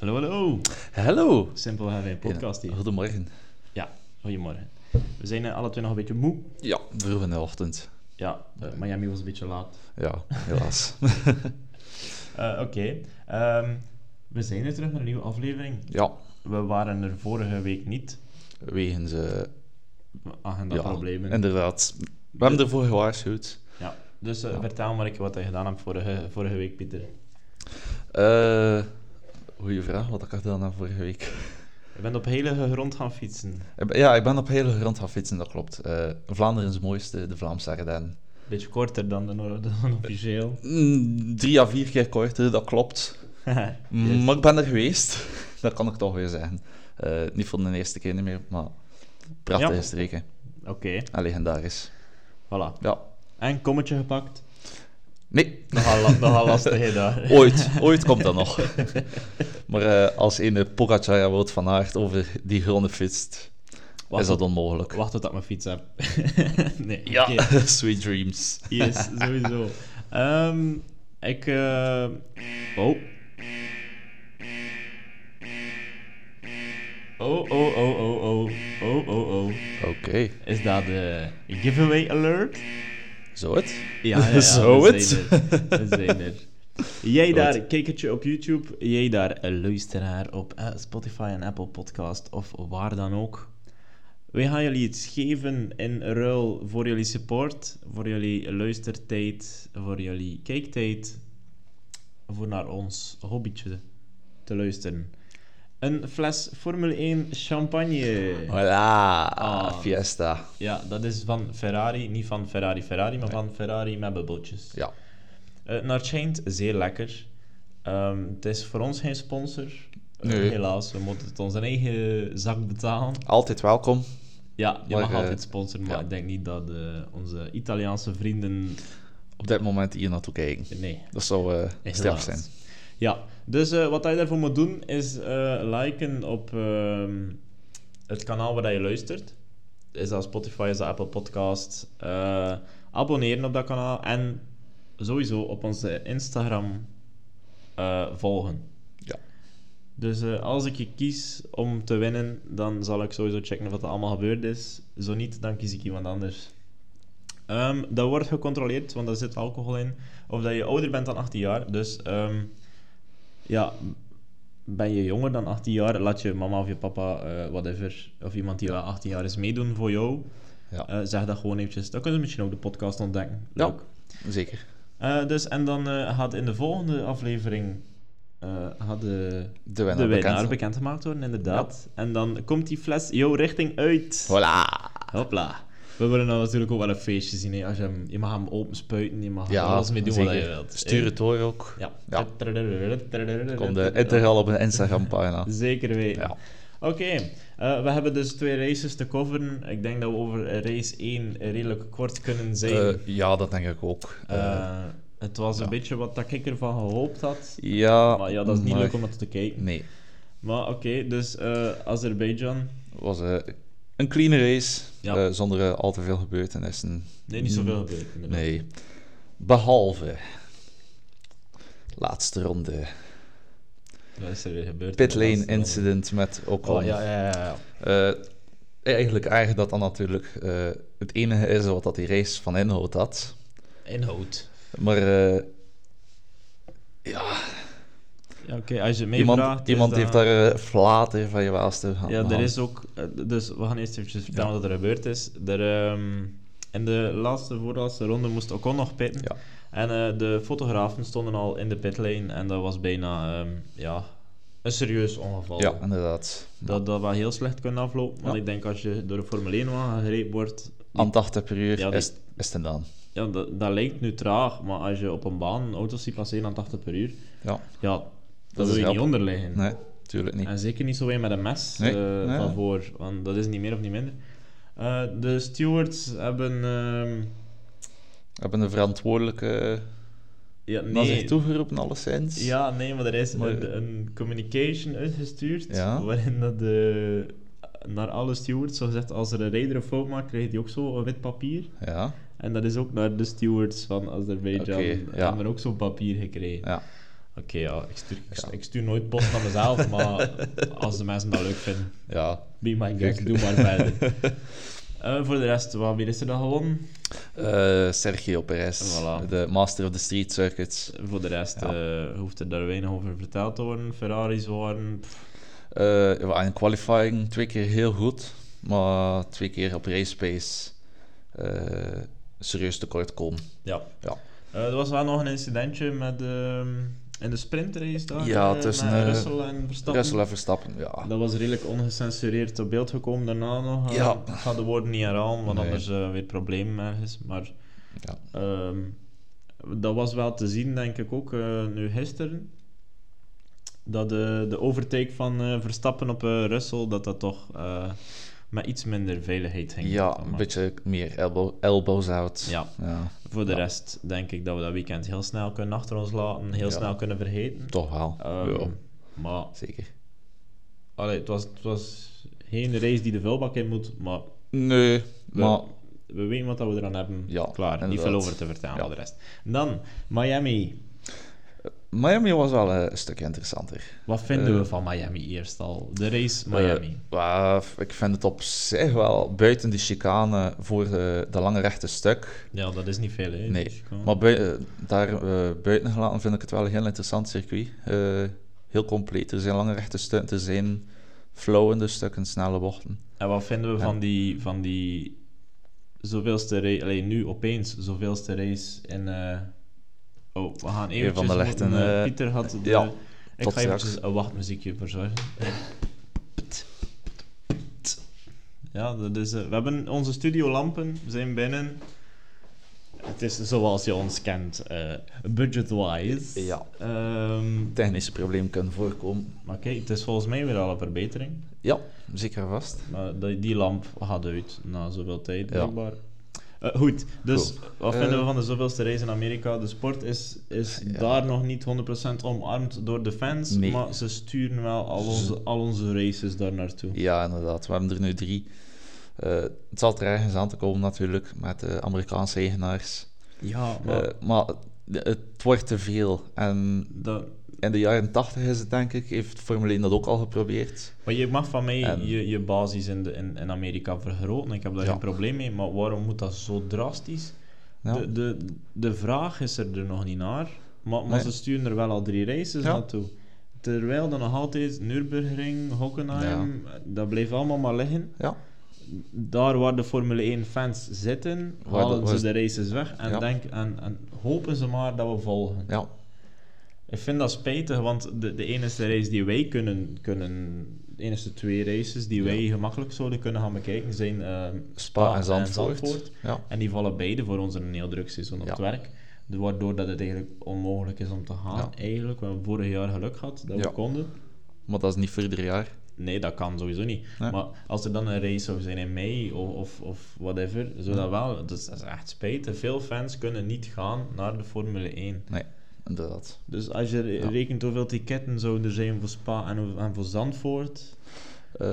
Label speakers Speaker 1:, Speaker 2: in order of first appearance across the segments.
Speaker 1: Hallo, hallo.
Speaker 2: Hallo.
Speaker 1: Simpel HV podcast
Speaker 2: Ja,
Speaker 1: hier.
Speaker 2: Goedemorgen.
Speaker 1: Ja, goedemorgen. We zijn eh, alle twee nog een beetje moe.
Speaker 2: Ja, vroeg in de ochtend.
Speaker 1: Ja, eh, Miami was een beetje laat.
Speaker 2: Ja, helaas.
Speaker 1: Eh, Oké, ehm, we zijn er terug met een nieuwe aflevering.
Speaker 2: ja,
Speaker 1: We waren er vorige week niet.
Speaker 2: wegens... eh ja,
Speaker 1: Agenda-problemen. Ja,
Speaker 2: inderdaad. We hebben ervoor gewaarschuwd.
Speaker 1: Dus eh,
Speaker 2: Ja.
Speaker 1: vertel maar ik wat je gedaan hebt vorige, vorige week, Pieter.
Speaker 2: Eh goeie vraag, wat ik had gedaan heb vorige week.
Speaker 1: Je bent op heilige grond gaan fietsen.
Speaker 2: Ik ben- Ja, ik ben op hele grond gaan fietsen, dat klopt. Eh Vlaanderen's mooiste, de Vlaamse Ardennen.
Speaker 1: Beetje korter dan, de, noor- dan officieel.
Speaker 2: Mm, drie à vier keer korter, dat klopt. Mm,
Speaker 1: Yes.
Speaker 2: Maar ik ben er geweest. Dat kan ik toch weer zeggen. Eh, niet voor de eerste keer niet meer, maar prachtige
Speaker 1: Ja.
Speaker 2: streken.
Speaker 1: Oké,
Speaker 2: En legendarisch.
Speaker 1: voilà.
Speaker 2: Ja.
Speaker 1: En kommetje gepakt.
Speaker 2: Nee,
Speaker 1: Nogal, la- nogal lastig hè, daar.
Speaker 2: ooit. Ooit komt dat nog. Maar eh, als ene Pogacar en Wout van Aert over die gronden fietst,
Speaker 1: Wacht
Speaker 2: is dat onmogelijk.
Speaker 1: Wacht tot ik mijn fiets heb. nee,
Speaker 2: Ja,
Speaker 1: oké.
Speaker 2: sweet dreams.
Speaker 1: Yes, sowieso. Ehm, ik... eh, Oh. Oh, oh, oh, oh, oh. Oh, oh, oh.
Speaker 2: Oké,
Speaker 1: Is dat de giveaway alert?
Speaker 2: zo het.
Speaker 1: Ja, ja, ja,
Speaker 2: Zo
Speaker 1: we
Speaker 2: het.
Speaker 1: zijn er. We zijn er. Jij
Speaker 2: Goed.
Speaker 1: daar, kijkertje op YouTube. Jij daar, een luisteraar op eh, Spotify en Apple Podcast of waar dan ook. Wij gaan jullie iets geven in ruil voor jullie support, voor jullie luistertijd, voor jullie kijktijd, voor naar ons hobbytje te luisteren. Een fles Formule 1 champagne.
Speaker 2: Voilà,
Speaker 1: Ah.
Speaker 2: fiesta.
Speaker 1: Ja, dat is van Ferrari, niet van Ferrari Ferrari, maar van Ferrari met bubbeltjes.
Speaker 2: Ja,
Speaker 1: Eh, naar Chained, zeer lekker. Ehm, het is voor ons geen sponsor. Eh,
Speaker 2: Nee.
Speaker 1: Helaas, we moeten het onze eigen zak betalen.
Speaker 2: altijd welkom.
Speaker 1: Ja, je
Speaker 2: Maar,
Speaker 1: mag
Speaker 2: eh,
Speaker 1: altijd sponsoren, maar
Speaker 2: ja.
Speaker 1: ik denk niet dat eh, onze Italiaanse vrienden...
Speaker 2: Op dit moment hier naartoe kijken.
Speaker 1: Nee,
Speaker 2: Dat zou eh,
Speaker 1: helaas.
Speaker 2: straf zijn.
Speaker 1: Ja, dus eh, wat je daarvoor moet doen is eh, liken op ehm, het kanaal waar dat je luistert. Is dat Spotify, is dat Apple Podcast. Eh, abonneren op dat kanaal en sowieso op onze Instagram eh, volgen.
Speaker 2: Ja.
Speaker 1: Dus eh, als ik je kies om te winnen, dan zal ik sowieso checken of dat allemaal gebeurd is. Zo niet, dan kies ik iemand anders. Ehm, dat wordt gecontroleerd, want daar zit alcohol in. Of dat je ouder bent dan 18 jaar. Dus ehm, ja, ben je jonger dan 18 jaar, laat je mama of je papa, eh, whatever, of iemand die al 18 jaar is meedoen voor jou.
Speaker 2: Ja.
Speaker 1: Eh, zeg dat gewoon eventjes. Dan kunnen ze misschien ook de podcast ontdekken.
Speaker 2: Ja.
Speaker 1: Leuk.
Speaker 2: Zeker.
Speaker 1: Eh, dus, en dan eh, gaat in de volgende aflevering eh, gaat de,
Speaker 2: De
Speaker 1: de
Speaker 2: winnaar
Speaker 1: winnaar
Speaker 2: bekend.
Speaker 1: bekendgemaakt worden, inderdaad. En dan komt die fles jouw richting uit.
Speaker 2: Voilà.
Speaker 1: Hopla. We willen nou natuurlijk ook wel een feestje zien. Hè. Als je, hem, je mag hem open spuiten, je mag er alles mee doen wat
Speaker 2: zeker.
Speaker 1: je wilt.
Speaker 2: Stuur
Speaker 1: hè.
Speaker 2: het door ook.
Speaker 1: Ja.
Speaker 2: Ja. Kom de integraal op een Instagram-pagina.
Speaker 1: Zeker weten.
Speaker 2: Ja.
Speaker 1: Oké, eh, we hebben dus twee races te coveren. Ik denk dat we over eh, race 1 redelijk kort kunnen zijn.
Speaker 2: Eh, ja, dat denk ik ook. Eh,
Speaker 1: Eh, het was een beetje wat dat ik ervan gehoopt had.
Speaker 2: ja,
Speaker 1: Maar ja, dat is niet
Speaker 2: maar-
Speaker 1: leuk om naar te kijken.
Speaker 2: Nee,
Speaker 1: Maar oké, dus eh Azerbeidzjan.
Speaker 2: het was eh, een clean race.
Speaker 1: Ja.
Speaker 2: eh, zonder eh, al te veel gebeurtenissen.
Speaker 1: Nee, niet zoveel gebeurd. inderdaad.
Speaker 2: Hmm. Nee. Behalve... Laatste ronde.
Speaker 1: Wat is er weer gebeurd?
Speaker 2: Pitlane
Speaker 1: Dat is dan-
Speaker 2: incident met Ocon.
Speaker 1: Oh, ja, ja, ja, ja.
Speaker 2: Eh, eigenlijk erg dat dan natuurlijk eh, het enige is wat dat die race van inhoud had.
Speaker 1: Inhoud.
Speaker 2: Maar eh,
Speaker 1: Ja, oké, als je het mij
Speaker 2: iemand,
Speaker 1: vraagt, is
Speaker 2: iemand
Speaker 1: dat-
Speaker 2: heeft Ah. daar eh, flater van je waas te gaan.
Speaker 1: Ja, er is ook... eh, Dus we gaan eerst even vertellen wat er gebeurd is. Er, ehm, in de laatste, voorlaatste ronde moest Ocon nog pitten.
Speaker 2: Ja.
Speaker 1: En eh, de fotografen stonden al in de pitlane. En dat was bijna ehm, ja, een serieus ongeval.
Speaker 2: Ja, inderdaad.
Speaker 1: Dat, dat wel heel slecht kunnen aflopen. Want
Speaker 2: Ja.
Speaker 1: ik denk als je door een Formule 1 wagen gereden wordt...
Speaker 2: Aan 80 per uur
Speaker 1: Ja, die-
Speaker 2: is, is het gedaan.
Speaker 1: Ja, dat, dat lijkt nu traag. Maar als je op een baan auto's ziet passeren aan 80 per uur...
Speaker 2: Ja,
Speaker 1: Ja, dat, wil
Speaker 2: is
Speaker 1: je niet
Speaker 2: grappig.
Speaker 1: onder liggen.
Speaker 2: nee, tuurlijk niet.
Speaker 1: En zeker niet zo weer met een mes
Speaker 2: Nee,
Speaker 1: eh,
Speaker 2: nee.
Speaker 1: van voor, want dat is niet meer of niet minder. Eh, de stewards hebben. ehm,
Speaker 2: Hebben de verantwoordelijke
Speaker 1: ja,
Speaker 2: naar zich
Speaker 1: nee,
Speaker 2: toegeroepen alleszins?
Speaker 1: ja, nee, maar er is
Speaker 2: Maar-
Speaker 1: een, een communication uitgestuurd.
Speaker 2: Ja.
Speaker 1: Waarin dat de, naar alle stewards, zo gezegd, als er een rijder een fout maakt, krijgt hij ook zo een wit papier.
Speaker 2: Ja,
Speaker 1: En dat is ook naar de stewards van Azerbeidzjan.
Speaker 2: Oké,
Speaker 1: Die
Speaker 2: ja.
Speaker 1: hebben ook zo'n papier gekregen.
Speaker 2: ja.
Speaker 1: ja, ik stuur, ik, ik stuur nooit post naar mezelf, maar als de mensen dat leuk vinden,
Speaker 2: Ja.
Speaker 1: be my guest, doe maar verder. Eh, voor de rest, wat wie is er dan gewonnen?
Speaker 2: Eh, Sergio Perez,
Speaker 1: Voilà.
Speaker 2: de master of the street circuits.
Speaker 1: Voor de rest eh, hoeft er daar weinig over verteld te worden. Ferraris waren... pff,
Speaker 2: Eh ja, in qualifying twee keer heel goed, maar twee keer op race pace eh, serieus tekort komen.
Speaker 1: ja.
Speaker 2: Ja.
Speaker 1: Eh, er was wel nog een incidentje met, ehm, in de sprintrace daar.
Speaker 2: Ja,
Speaker 1: eh,
Speaker 2: tussen,
Speaker 1: met
Speaker 2: eh,
Speaker 1: Russell en Verstappen.
Speaker 2: Russell en Verstappen, ja.
Speaker 1: Dat was redelijk ongecensureerd op beeld gekomen daarna nog. Eh,
Speaker 2: Ja.
Speaker 1: Ik ga de woorden niet herhalen, want
Speaker 2: Nee.
Speaker 1: anders eh, weer problemen ergens. Maar
Speaker 2: Ja.
Speaker 1: ehm, dat was wel te zien, denk ik ook, eh, nu gisteren. Dat de, de overtake van eh, Verstappen op eh, Russell, dat dat toch eh, met iets minder veiligheid ging.
Speaker 2: Ja,
Speaker 1: Maar-
Speaker 2: een beetje meer elbow, elbows out.
Speaker 1: Ja,
Speaker 2: Ja,
Speaker 1: voor de
Speaker 2: Ja.
Speaker 1: rest denk ik dat we dat weekend heel snel kunnen achter ons laten, heel
Speaker 2: Ja.
Speaker 1: snel kunnen vergeten.
Speaker 2: toch wel.
Speaker 1: Ehm,
Speaker 2: Ja,
Speaker 1: Maar
Speaker 2: zeker.
Speaker 1: allee, het, was, het was geen race die de vuilbak in moet, maar
Speaker 2: Nee,
Speaker 1: We-
Speaker 2: maar
Speaker 1: We weten wat dat we eraan hebben.
Speaker 2: Ja,
Speaker 1: Klaar, niet
Speaker 2: inderdaad.
Speaker 1: veel over te vertellen
Speaker 2: Ja.
Speaker 1: voor de rest. Dan, Miami.
Speaker 2: Miami was wel eh, een stukje interessanter.
Speaker 1: Wat vinden
Speaker 2: Eh.
Speaker 1: we van Miami eerst al? De race Miami.
Speaker 2: Eh, maar ik vind het op zich wel buiten die chicane voor de, de lange rechte stuk.
Speaker 1: ja, dat is niet veel, hè?
Speaker 2: Nee,
Speaker 1: Dus gewoon-
Speaker 2: Maar bui- eh, daar eh, buiten gelaten vind ik het wel een heel interessant circuit. Eh, heel compleet. Er zijn lange rechte stukken, er zijn flowende stukken, snelle bochten.
Speaker 1: En wat vinden we
Speaker 2: Ja.
Speaker 1: van die... Van die zoveelste race... Allee, nu opeens zoveelste race in... eh, Oh, we gaan eventjes...
Speaker 2: van de
Speaker 1: moeten,
Speaker 2: lichten,
Speaker 1: eh,
Speaker 2: eh,
Speaker 1: Pieter had de...
Speaker 2: ja,
Speaker 1: ik
Speaker 2: tot
Speaker 1: ga eventjes
Speaker 2: straks.
Speaker 1: een wachtmuziekje verzorgen. Ja, dat is... eh, we hebben onze studiolampen, we zijn binnen. Het is zoals je ons kent, eh, budget-wise.
Speaker 2: Ja.
Speaker 1: Ehm,
Speaker 2: Technische problemen kunnen voorkomen.
Speaker 1: maar kijk, het is volgens mij weer al een verbetering.
Speaker 2: Ja, zeker en vast.
Speaker 1: Maar die, die lamp gaat uit na zoveel tijd,
Speaker 2: Ja.
Speaker 1: blijkbaar. Eh, goed, dus wat vinden we
Speaker 2: Eh,
Speaker 1: van de zoveelste race in Amerika? De sport is, is
Speaker 2: Ja.
Speaker 1: daar nog niet 100% omarmd door de fans,
Speaker 2: Nee.
Speaker 1: maar ze sturen wel al onze, al onze races daar naartoe.
Speaker 2: Ja, inderdaad. We hebben er nu drie. Eh, het zal er ergens aan te komen natuurlijk met de Amerikaanse eigenaars.
Speaker 1: Ja,
Speaker 2: Eh,
Speaker 1: maar
Speaker 2: maar de- het wordt te veel. En
Speaker 1: dat,
Speaker 2: in de jaren tachtig is het denk ik, heeft Formule 1 dat ook al geprobeerd.
Speaker 1: maar je mag van mij
Speaker 2: En-
Speaker 1: je, je basis in, de, in, in Amerika vergroten, ik heb daar
Speaker 2: Ehm. Ja.
Speaker 1: geen probleem mee, maar waarom moet dat zo drastisch?
Speaker 2: Ja.
Speaker 1: De, de, de vraag is er, er nog niet naar, maar, maar
Speaker 2: Nee.
Speaker 1: ze sturen er wel al drie races
Speaker 2: Ja.
Speaker 1: naartoe. Terwijl dan nog altijd Nürburgring, Hockenheim, dat bleef allemaal maar liggen.
Speaker 2: Ja.
Speaker 1: Daar waar de Formule 1-fans zitten,
Speaker 2: Waar
Speaker 1: halen
Speaker 2: dat
Speaker 1: ze
Speaker 2: was-
Speaker 1: de races weg en,
Speaker 2: Ja.
Speaker 1: denk, en, en hopen ze maar dat we volgen.
Speaker 2: ja.
Speaker 1: Ik vind dat spijtig, want de, de enige race die wij kunnen, kunnen de enige twee races die wij gemakkelijk zouden kunnen gaan bekijken zijn eh,
Speaker 2: Spa en Zandvoort. Ja.
Speaker 1: en die vallen beide voor ons in een heel druk seizoen op
Speaker 2: Ja.
Speaker 1: het werk. De- Waardoor dat het eigenlijk onmogelijk is om te gaan.
Speaker 2: Ja.
Speaker 1: Eigenlijk, we hebben vorig jaar geluk gehad dat
Speaker 2: Ja.
Speaker 1: we konden.
Speaker 2: Maar dat is niet voor ieder jaar.
Speaker 1: Nee, dat kan sowieso niet.
Speaker 2: Nee.
Speaker 1: Maar als er dan een race zou zijn in mei of, of, of whatever, zou dat wel. Dat is, dat is echt spijtig. Veel fans kunnen niet gaan naar de Formule 1.
Speaker 2: Nee, inderdaad.
Speaker 1: Dus als je re-
Speaker 2: Ja.
Speaker 1: rekent hoeveel ticketten zouden er zijn voor Spa en, en voor Zandvoort,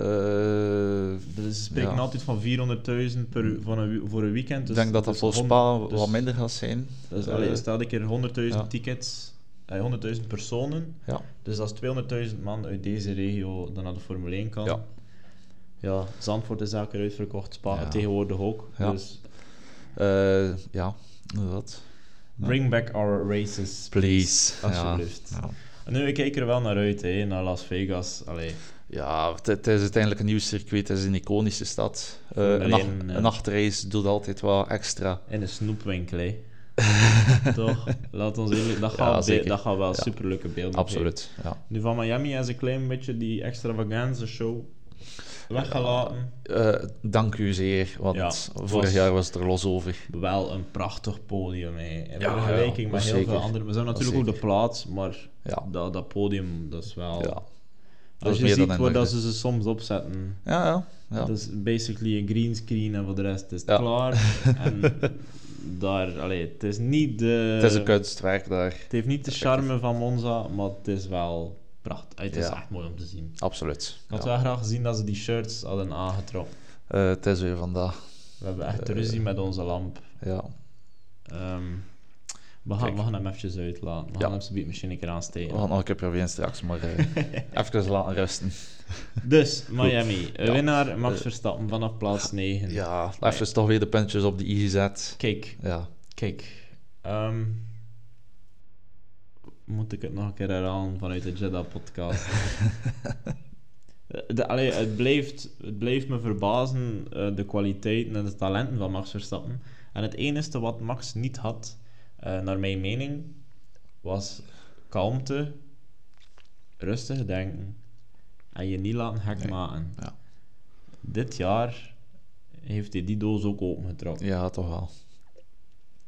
Speaker 2: Eh,
Speaker 1: dus ze spreken
Speaker 2: Ja.
Speaker 1: altijd van 400.000 per u- van een, wi- voor een weekend.
Speaker 2: ik
Speaker 1: Dus
Speaker 2: denk dat dat
Speaker 1: dus
Speaker 2: voor
Speaker 1: hond-
Speaker 2: Spa
Speaker 1: dus-
Speaker 2: wat minder gaat zijn.
Speaker 1: Dus
Speaker 2: Eh,
Speaker 1: allee, stel ik er 100.000
Speaker 2: ja.
Speaker 1: tickets, eh, 100.000 personen.
Speaker 2: Ja.
Speaker 1: Dus dat is 200.000 man uit deze regio dan naar de Formule 1 kan.
Speaker 2: Ja.
Speaker 1: Ja, Zandvoort is elke keer uitverkocht, Spa
Speaker 2: Ja.
Speaker 1: tegenwoordig ook.
Speaker 2: Ja.
Speaker 1: Dus
Speaker 2: Eh, ja, inderdaad. Ja.
Speaker 1: bring back our races,
Speaker 2: Please.
Speaker 1: Alsjeblieft.
Speaker 2: Ja, ja.
Speaker 1: Nu, ik kijk er wel naar uit, hè, naar Las Vegas. Allee,
Speaker 2: Ja, het, het is uiteindelijk een nieuw circuit. Het is een iconische stad. Eh, een, nacht,
Speaker 1: Alleen, ja.
Speaker 2: een nachtrace doet altijd wel extra.
Speaker 1: in een snoepwinkel, hè. Toch? Laat ons eerlijk, dat
Speaker 2: Ja,
Speaker 1: gaat, be-
Speaker 2: zeker.
Speaker 1: dat gaat wel
Speaker 2: Ja.
Speaker 1: superleuke beelden geven.
Speaker 2: Absoluut. Ja.
Speaker 1: Nu, van Miami is een klein beetje die extravaganza show weggelaten.
Speaker 2: Eh, dank u zeer, want
Speaker 1: Ja, was-
Speaker 2: vorig jaar was het er los over.
Speaker 1: wel een prachtig podium. Hè. In
Speaker 2: Ja,
Speaker 1: vergelijking met
Speaker 2: ja, dat
Speaker 1: heel
Speaker 2: zeker.
Speaker 1: veel andere. We zijn
Speaker 2: Dat
Speaker 1: natuurlijk ook de plaats, maar
Speaker 2: Ja,
Speaker 1: dat, dat podium, dat is wel.
Speaker 2: ja.
Speaker 1: Als
Speaker 2: dat is
Speaker 1: je
Speaker 2: meer dan
Speaker 1: ziet
Speaker 2: een
Speaker 1: waar dat
Speaker 2: luxe.
Speaker 1: ze ze soms opzetten.
Speaker 2: Ja, ja. ja.
Speaker 1: Dat is basically een greenscreen en voor de rest is het
Speaker 2: Ja.
Speaker 1: klaar. en daar, allee, het is niet de.
Speaker 2: het is een kunstwerk daar.
Speaker 1: het heeft niet de charme van Monza, maar het is wel prachtig. Het is
Speaker 2: Ja.
Speaker 1: echt mooi om te zien.
Speaker 2: Absoluut.
Speaker 1: Ik had
Speaker 2: Ja.
Speaker 1: wel graag gezien dat ze die shirts hadden aangetrokken.
Speaker 2: Eh, het is weer vandaag.
Speaker 1: We hebben echt ruzie met onze lamp.
Speaker 2: Ja.
Speaker 1: Ehm, We gaan,
Speaker 2: Kijk.
Speaker 1: we gaan hem eventjes uitlaten. We
Speaker 2: Ja.
Speaker 1: gaan hem zo'n misschien een keer aansteken.
Speaker 2: Want nog een keer proberen straks, maar eh even laten rusten.
Speaker 1: Dus, Miami.
Speaker 2: Ja.
Speaker 1: Winnaar Max
Speaker 2: Eh,
Speaker 1: Verstappen vanaf plaats 9.
Speaker 2: Ja, even toch weer de puntjes op de i zet.
Speaker 1: Kijk,
Speaker 2: Ja,
Speaker 1: kijk. ehm, moet ik het nog een keer herhalen vanuit de Jeddah-podcast? De- allee, het, blijft, het blijft me verbazen, eh, de kwaliteiten en de talenten van Max Verstappen. En het enige wat Max niet had, eh, naar mijn mening, was kalmte, rustig denken en je niet laten gek
Speaker 2: Nee,
Speaker 1: maken.
Speaker 2: ja.
Speaker 1: Dit jaar heeft hij die doos ook opengetrokken.
Speaker 2: ja, toch wel.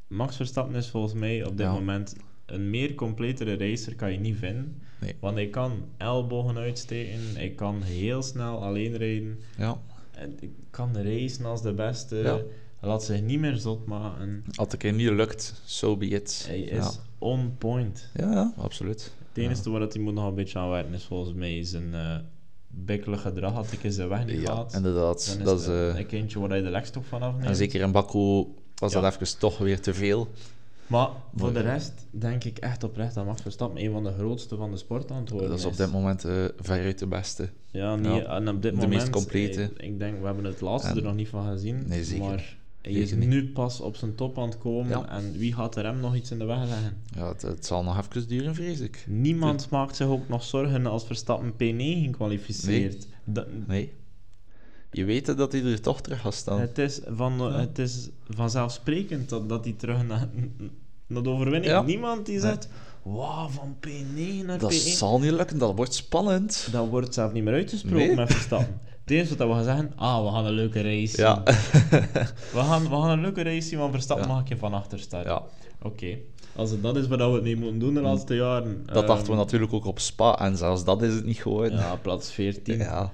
Speaker 1: Max Verstappen is volgens mij op dit
Speaker 2: Ja.
Speaker 1: moment een meer completere racer kan je niet vinden.
Speaker 2: Nee.
Speaker 1: Want hij kan ellebogen uitsteken, hij kan heel snel alleen rijden,
Speaker 2: Ja,
Speaker 1: en hij kan racen als de beste,
Speaker 2: Ja.
Speaker 1: hij laat zich niet meer zot maken.
Speaker 2: als het een keer niet lukt, so be it.
Speaker 1: Hij is on point.
Speaker 2: Ja, ja absoluut.
Speaker 1: Het enige waar dat hij moet nog een beetje aan werken is volgens mij zijn eh bikkelig gedrag. Had ik eens zijn weg niet
Speaker 2: Ja,
Speaker 1: gehad, dan
Speaker 2: inderdaad.
Speaker 1: is
Speaker 2: Dat
Speaker 1: het
Speaker 2: is, eh,
Speaker 1: een kindje waar hij de lekstof van afneemt.
Speaker 2: en zeker in Baku was
Speaker 1: Ja.
Speaker 2: dat even toch weer te veel.
Speaker 1: Maar voor de
Speaker 2: Maar, eh,
Speaker 1: rest denk ik echt oprecht dat Max Verstappen een van de grootste van de sport aan het worden
Speaker 2: Dat is op dit moment eh, veruit de beste.
Speaker 1: Ja, niet,
Speaker 2: Ja.
Speaker 1: en op dit
Speaker 2: De
Speaker 1: moment...
Speaker 2: meest complete.
Speaker 1: Ik, ik denk, we hebben het laatste
Speaker 2: En-
Speaker 1: er nog niet van gezien.
Speaker 2: Nee, zeker.
Speaker 1: Maar hij
Speaker 2: Zeker
Speaker 1: is
Speaker 2: niet.
Speaker 1: nu pas op zijn top aan het komen.
Speaker 2: Ja.
Speaker 1: En wie gaat er hem nog iets in de weg leggen?
Speaker 2: Ja, het, het zal nog even duren, vrees ik.
Speaker 1: Niemand maakt zich ook nog zorgen als Verstappen P9 kwalificeert. Dat-
Speaker 2: Nee. Je weet het dat hij er toch terug gaat staan.
Speaker 1: het, is van, het is vanzelfsprekend dat, dat hij terug naar, naar de overwinning...
Speaker 2: Ja.
Speaker 1: Niemand die zegt, wauw, van P9 naar
Speaker 2: dat
Speaker 1: P1.
Speaker 2: zal niet lukken, dat wordt spannend.
Speaker 1: Dat wordt zelf niet meer uitgesproken
Speaker 2: Nee.
Speaker 1: met Verstappen. Het enige wat we gaan zeggen, ah, we gaan een leuke race zien.
Speaker 2: Ja,
Speaker 1: We gaan, we gaan een leuke race zien, want Verstappen mag ik je van achter starten.
Speaker 2: ja. Hm.
Speaker 1: Oké. Als het dat is waar we het mee moeten doen de laatste jaren.
Speaker 2: dat dachten we natuurlijk ook op Spa en zelfs dat is het niet geworden.
Speaker 1: Ehm. Ja, plaats 14.
Speaker 2: Ja.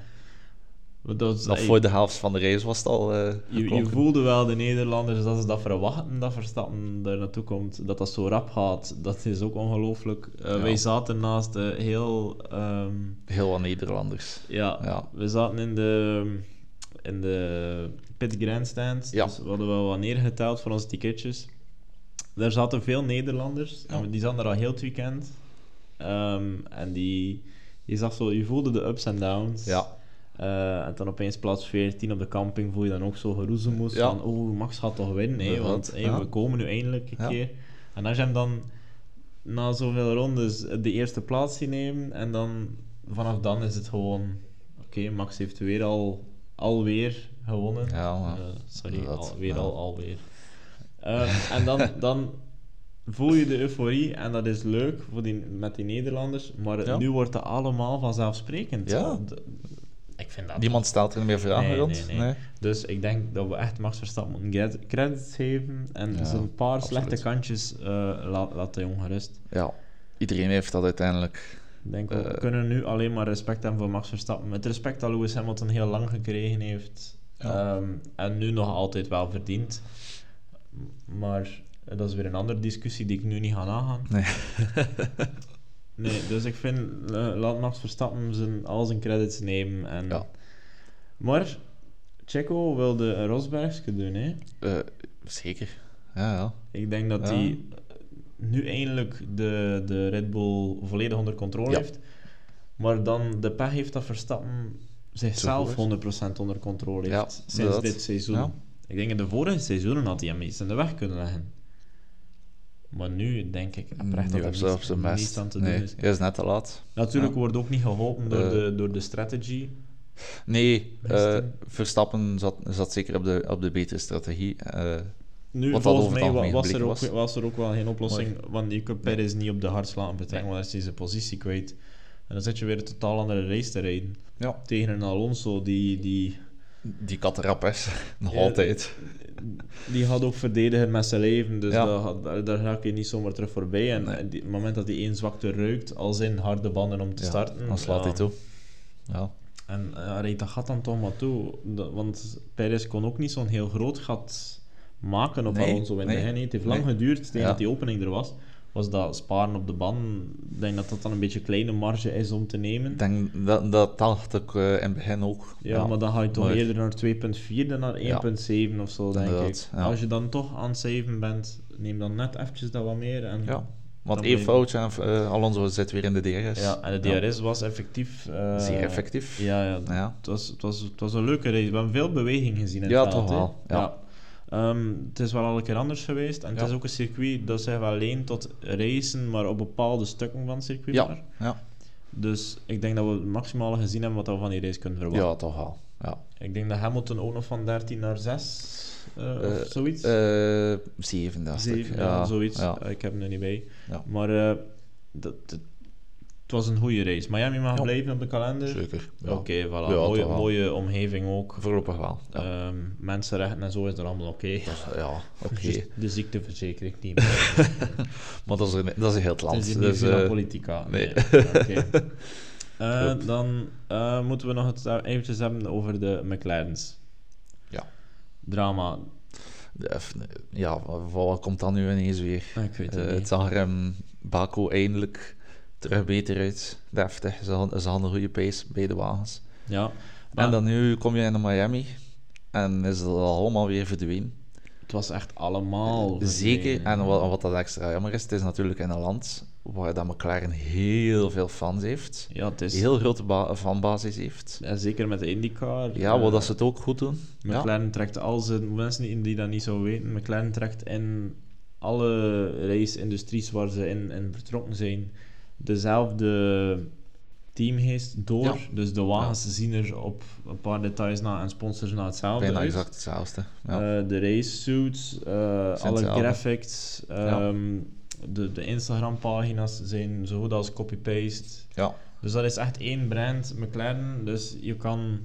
Speaker 1: Want Dat is-
Speaker 2: Nog
Speaker 1: ey,
Speaker 2: voor de helft van de race was het al eh,
Speaker 1: je, je
Speaker 2: geklonken.
Speaker 1: voelde wel de Nederlanders dat ze dat verwachten, dat Verstappen daar naartoe komt. Dat dat zo rap gaat, dat is ook ongelooflijk. Eh,
Speaker 2: Ja.
Speaker 1: Wij zaten naast eh, heel... ehm,
Speaker 2: Heel wat Nederlanders.
Speaker 1: ja,
Speaker 2: Ja.
Speaker 1: we zaten in de, in de pit grandstand.
Speaker 2: Ja.
Speaker 1: Dus we hadden wel wat neergeteld voor onze ticketjes. Daar zaten veel Nederlanders. En
Speaker 2: Ja.
Speaker 1: we- die zaten er al heel het weekend. Ehm, en die, je zag zo, je voelde de ups en downs.
Speaker 2: Ja,
Speaker 1: Eh, en dan opeens plaats 14 op de camping voel je dan ook zo geroezemoes
Speaker 2: Ja.
Speaker 1: van oh, Max gaat toch winnen, hè,
Speaker 2: Inderdaad,
Speaker 1: want hey,
Speaker 2: ja.
Speaker 1: we komen nu eindelijk een
Speaker 2: Ja.
Speaker 1: keer. En als je hem dan na zoveel rondes de eerste plaats zien nemen en dan vanaf dan is het gewoon oké, Max heeft weer al alweer gewonnen.
Speaker 2: ja, maar-
Speaker 1: Eh, sorry,
Speaker 2: inderdaad,
Speaker 1: al, weer
Speaker 2: ja.
Speaker 1: al, alweer. Eh, en dan, dan voel je de euforie en dat is leuk voor die, met die Nederlanders, maar
Speaker 2: Ja.
Speaker 1: nu wordt het allemaal vanzelfsprekend.
Speaker 2: Ja.
Speaker 1: D- Ik vind dat
Speaker 2: niemand stelt er meer vragen
Speaker 1: Nee,
Speaker 2: rond.
Speaker 1: nee, nee. Dus ik denk dat we echt Max Verstappen moeten cred- credits geven en
Speaker 2: Ja,
Speaker 1: zijn paar slechte
Speaker 2: absoluut.
Speaker 1: kantjes eh, laat, laat de jongen gerust.
Speaker 2: Ja, iedereen heeft dat uiteindelijk.
Speaker 1: Ik denk, we
Speaker 2: Eh.
Speaker 1: kunnen nu alleen maar respect hebben voor Max Verstappen. Met respect dat Lewis Hamilton heel lang gekregen heeft
Speaker 2: Ja.
Speaker 1: ehm, en nu nog altijd wel verdient. M- Maar eh, dat is weer een andere discussie die ik nu niet ga aangaan.
Speaker 2: Nee.
Speaker 1: Nee, dus ik vind, eh, laat Max Verstappen zijn, al zijn credits nemen. En...
Speaker 2: Ja.
Speaker 1: Maar Checo wilde een Rosbergske doen, hè?
Speaker 2: Eh, zeker. Ja, ja.
Speaker 1: Ik denk dat
Speaker 2: Ja.
Speaker 1: hij eh, nu eindelijk de, de Red Bull volledig onder controle
Speaker 2: Ja.
Speaker 1: heeft. Maar dan de pech heeft dat Verstappen zichzelf
Speaker 2: is.
Speaker 1: 100% onder controle
Speaker 2: Ja,
Speaker 1: heeft sinds
Speaker 2: inderdaad.
Speaker 1: dit seizoen.
Speaker 2: Ja.
Speaker 1: Ik denk in de vorige seizoenen had hij hem iets in de weg kunnen leggen. Maar nu denk ik oprecht dat
Speaker 2: Nu
Speaker 1: er
Speaker 2: op zijn- op
Speaker 1: niets,
Speaker 2: zijn best.
Speaker 1: niets aan te
Speaker 2: nee,
Speaker 1: doen dus- is.
Speaker 2: hij is net te laat.
Speaker 1: Natuurlijk
Speaker 2: Ja.
Speaker 1: wordt ook niet geholpen door,
Speaker 2: Eh.
Speaker 1: de, door de strategy.
Speaker 2: Nee, eh,
Speaker 1: Beste.
Speaker 2: Verstappen zat, zat zeker op de, op de betere strategie. eh,
Speaker 1: Nu,
Speaker 2: Wat dat
Speaker 1: volgens
Speaker 2: over het
Speaker 1: mij wa-
Speaker 2: algemeen
Speaker 1: was er, ook,
Speaker 2: gebleken
Speaker 1: was er ook wel geen oplossing, want je kunt Perez niet op de hardst laten betrekken, want dan is zijn positie kwijt. En dan zit je weer een totaal andere race te rijden.
Speaker 2: ja,
Speaker 1: Tegen een Alonso, die, die,
Speaker 2: die kattenrap is. Nog
Speaker 1: Ja,
Speaker 2: altijd.
Speaker 1: die gaat ook verdedigen met zijn leven, dus
Speaker 2: Ja.
Speaker 1: daar, ga- daar, daar raak je niet zomaar terug voorbij. En
Speaker 2: Nee.
Speaker 1: en die- op het moment dat hij één zwakte ruikt, al zijn harde banden om te
Speaker 2: Ja,
Speaker 1: starten...
Speaker 2: Dan slaat
Speaker 1: mm, ja.
Speaker 2: hij toe. Ja,
Speaker 1: En eh, reed dat gat dan toch maar toe. Dat- want Perez kon ook niet zo'n heel groot gat maken op
Speaker 2: Nee,
Speaker 1: Alonso in het
Speaker 2: nee,
Speaker 1: begin. hè. Het heeft lang
Speaker 2: nee.
Speaker 1: geduurd tegen
Speaker 2: Ja.
Speaker 1: dat die opening er was. was dat sparen op de ban. Ik denk dat dat dan een beetje een kleine marge is om te nemen.
Speaker 2: Ik denk dat dat dacht ik eh, in het begin ook.
Speaker 1: Ja, maar dan ga je toch
Speaker 2: maar-
Speaker 1: eerder naar 2.4 dan naar 1.7
Speaker 2: Ja.
Speaker 1: of zo, denk ik.
Speaker 2: Inderdaad, ja.
Speaker 1: Als je dan toch aan het saven bent, neem dan net eventjes dat wat meer. En
Speaker 2: Ja, want
Speaker 1: Dan
Speaker 2: één
Speaker 1: ben-
Speaker 2: foutje en eh, Alonso zit weer in de DRS.
Speaker 1: Ja, en de DRS was effectief... eh,
Speaker 2: Ja, Zeer effectief.
Speaker 1: Ja, ja.
Speaker 2: Ja.
Speaker 1: Het, was, het, was, het was een leuke race. We hebben veel beweging gezien in
Speaker 2: Ja,
Speaker 1: het veld.
Speaker 2: toch
Speaker 1: hè.
Speaker 2: wel, ja.
Speaker 1: Ehm, het is wel al een keer anders geweest. En het
Speaker 2: Ja.
Speaker 1: is ook een circuit dat zich alleen tot racen, maar op bepaalde stukken van het circuit
Speaker 2: Ja.
Speaker 1: maar.
Speaker 2: Ja.
Speaker 1: Dus ik denk dat we het maximale gezien hebben wat we van die race kunnen verwachten.
Speaker 2: ja, toch wel. Ja.
Speaker 1: Ik denk dat Hamilton ook nog van 13 naar 6 eh, of
Speaker 2: Eh,
Speaker 1: zoiets.
Speaker 2: Eh, zeven, dacht ik.
Speaker 1: Zeven, ja, zoiets. Eh,
Speaker 2: Ja.
Speaker 1: Ik heb hem er niet bij.
Speaker 2: Ja.
Speaker 1: Maar eh, dat, dat- het was een goede race. Miami mag
Speaker 2: Ja.
Speaker 1: blijven op de kalender.
Speaker 2: Zeker. Ja.
Speaker 1: Oké, voilà.
Speaker 2: Ja,
Speaker 1: mooie,
Speaker 2: toch wel.
Speaker 1: mooie omgeving ook.
Speaker 2: Voorlopig wel. Ja,
Speaker 1: Ehm, mensenrechten en zo is er allemaal oké.
Speaker 2: ja oké.
Speaker 1: Just De ziekteverzekering niet meer.
Speaker 2: Maar dat is, een, dat is een heel
Speaker 1: Het
Speaker 2: het
Speaker 1: is
Speaker 2: land.
Speaker 1: hier niet
Speaker 2: Dus,
Speaker 1: veel
Speaker 2: eh,
Speaker 1: politica.
Speaker 2: nee.
Speaker 1: Oké. Eh,
Speaker 2: Klopt.
Speaker 1: dan eh, moeten we nog het daar eventjes hebben over de McLaren's.
Speaker 2: Ja.
Speaker 1: Drama.
Speaker 2: de F- ja, wat wat komt dan nu ineens weer?
Speaker 1: Ah, Ik weet het
Speaker 2: Eh, het
Speaker 1: niet.
Speaker 2: zag er in Baku eindelijk terug beter uit. Deftig. Ze hadden, ze hadden een goede pace, beide wagens.
Speaker 1: Ja. Maar
Speaker 2: En dan nu kom je in Miami en is het allemaal weer verdwenen.
Speaker 1: Het was echt allemaal...
Speaker 2: Eh, Zeker,
Speaker 1: verdwenen.
Speaker 2: en wat, wat dat extra jammer is, het is natuurlijk in een land waar dat McLaren heel veel fans heeft.
Speaker 1: Ja, het is...
Speaker 2: Heel grote ba- fanbasis heeft.
Speaker 1: En zeker met de IndyCar.
Speaker 2: Ja, wat
Speaker 1: eh,
Speaker 2: dat ze het ook goed doen. Ja,
Speaker 1: McLaren trekt al zijn... Mensen die- die dat niet zo weten, McLaren trekt in alle race-industries waar ze in, in betrokken zijn dezelfde teamgeest door.
Speaker 2: Ja.
Speaker 1: Dus de wagens zien er op een paar details na en sponsors na hetzelfde
Speaker 2: bijna
Speaker 1: uit.
Speaker 2: exact hetzelfde. Ja.
Speaker 1: Eh, de race suits, eh, alle
Speaker 2: hetzelfde.
Speaker 1: graphics,
Speaker 2: Ja.
Speaker 1: ehm, de, de Instagram pagina's zijn zo goed als copy-paste.
Speaker 2: ja.
Speaker 1: Dus dat is echt één brand, McLaren. Dus je kan.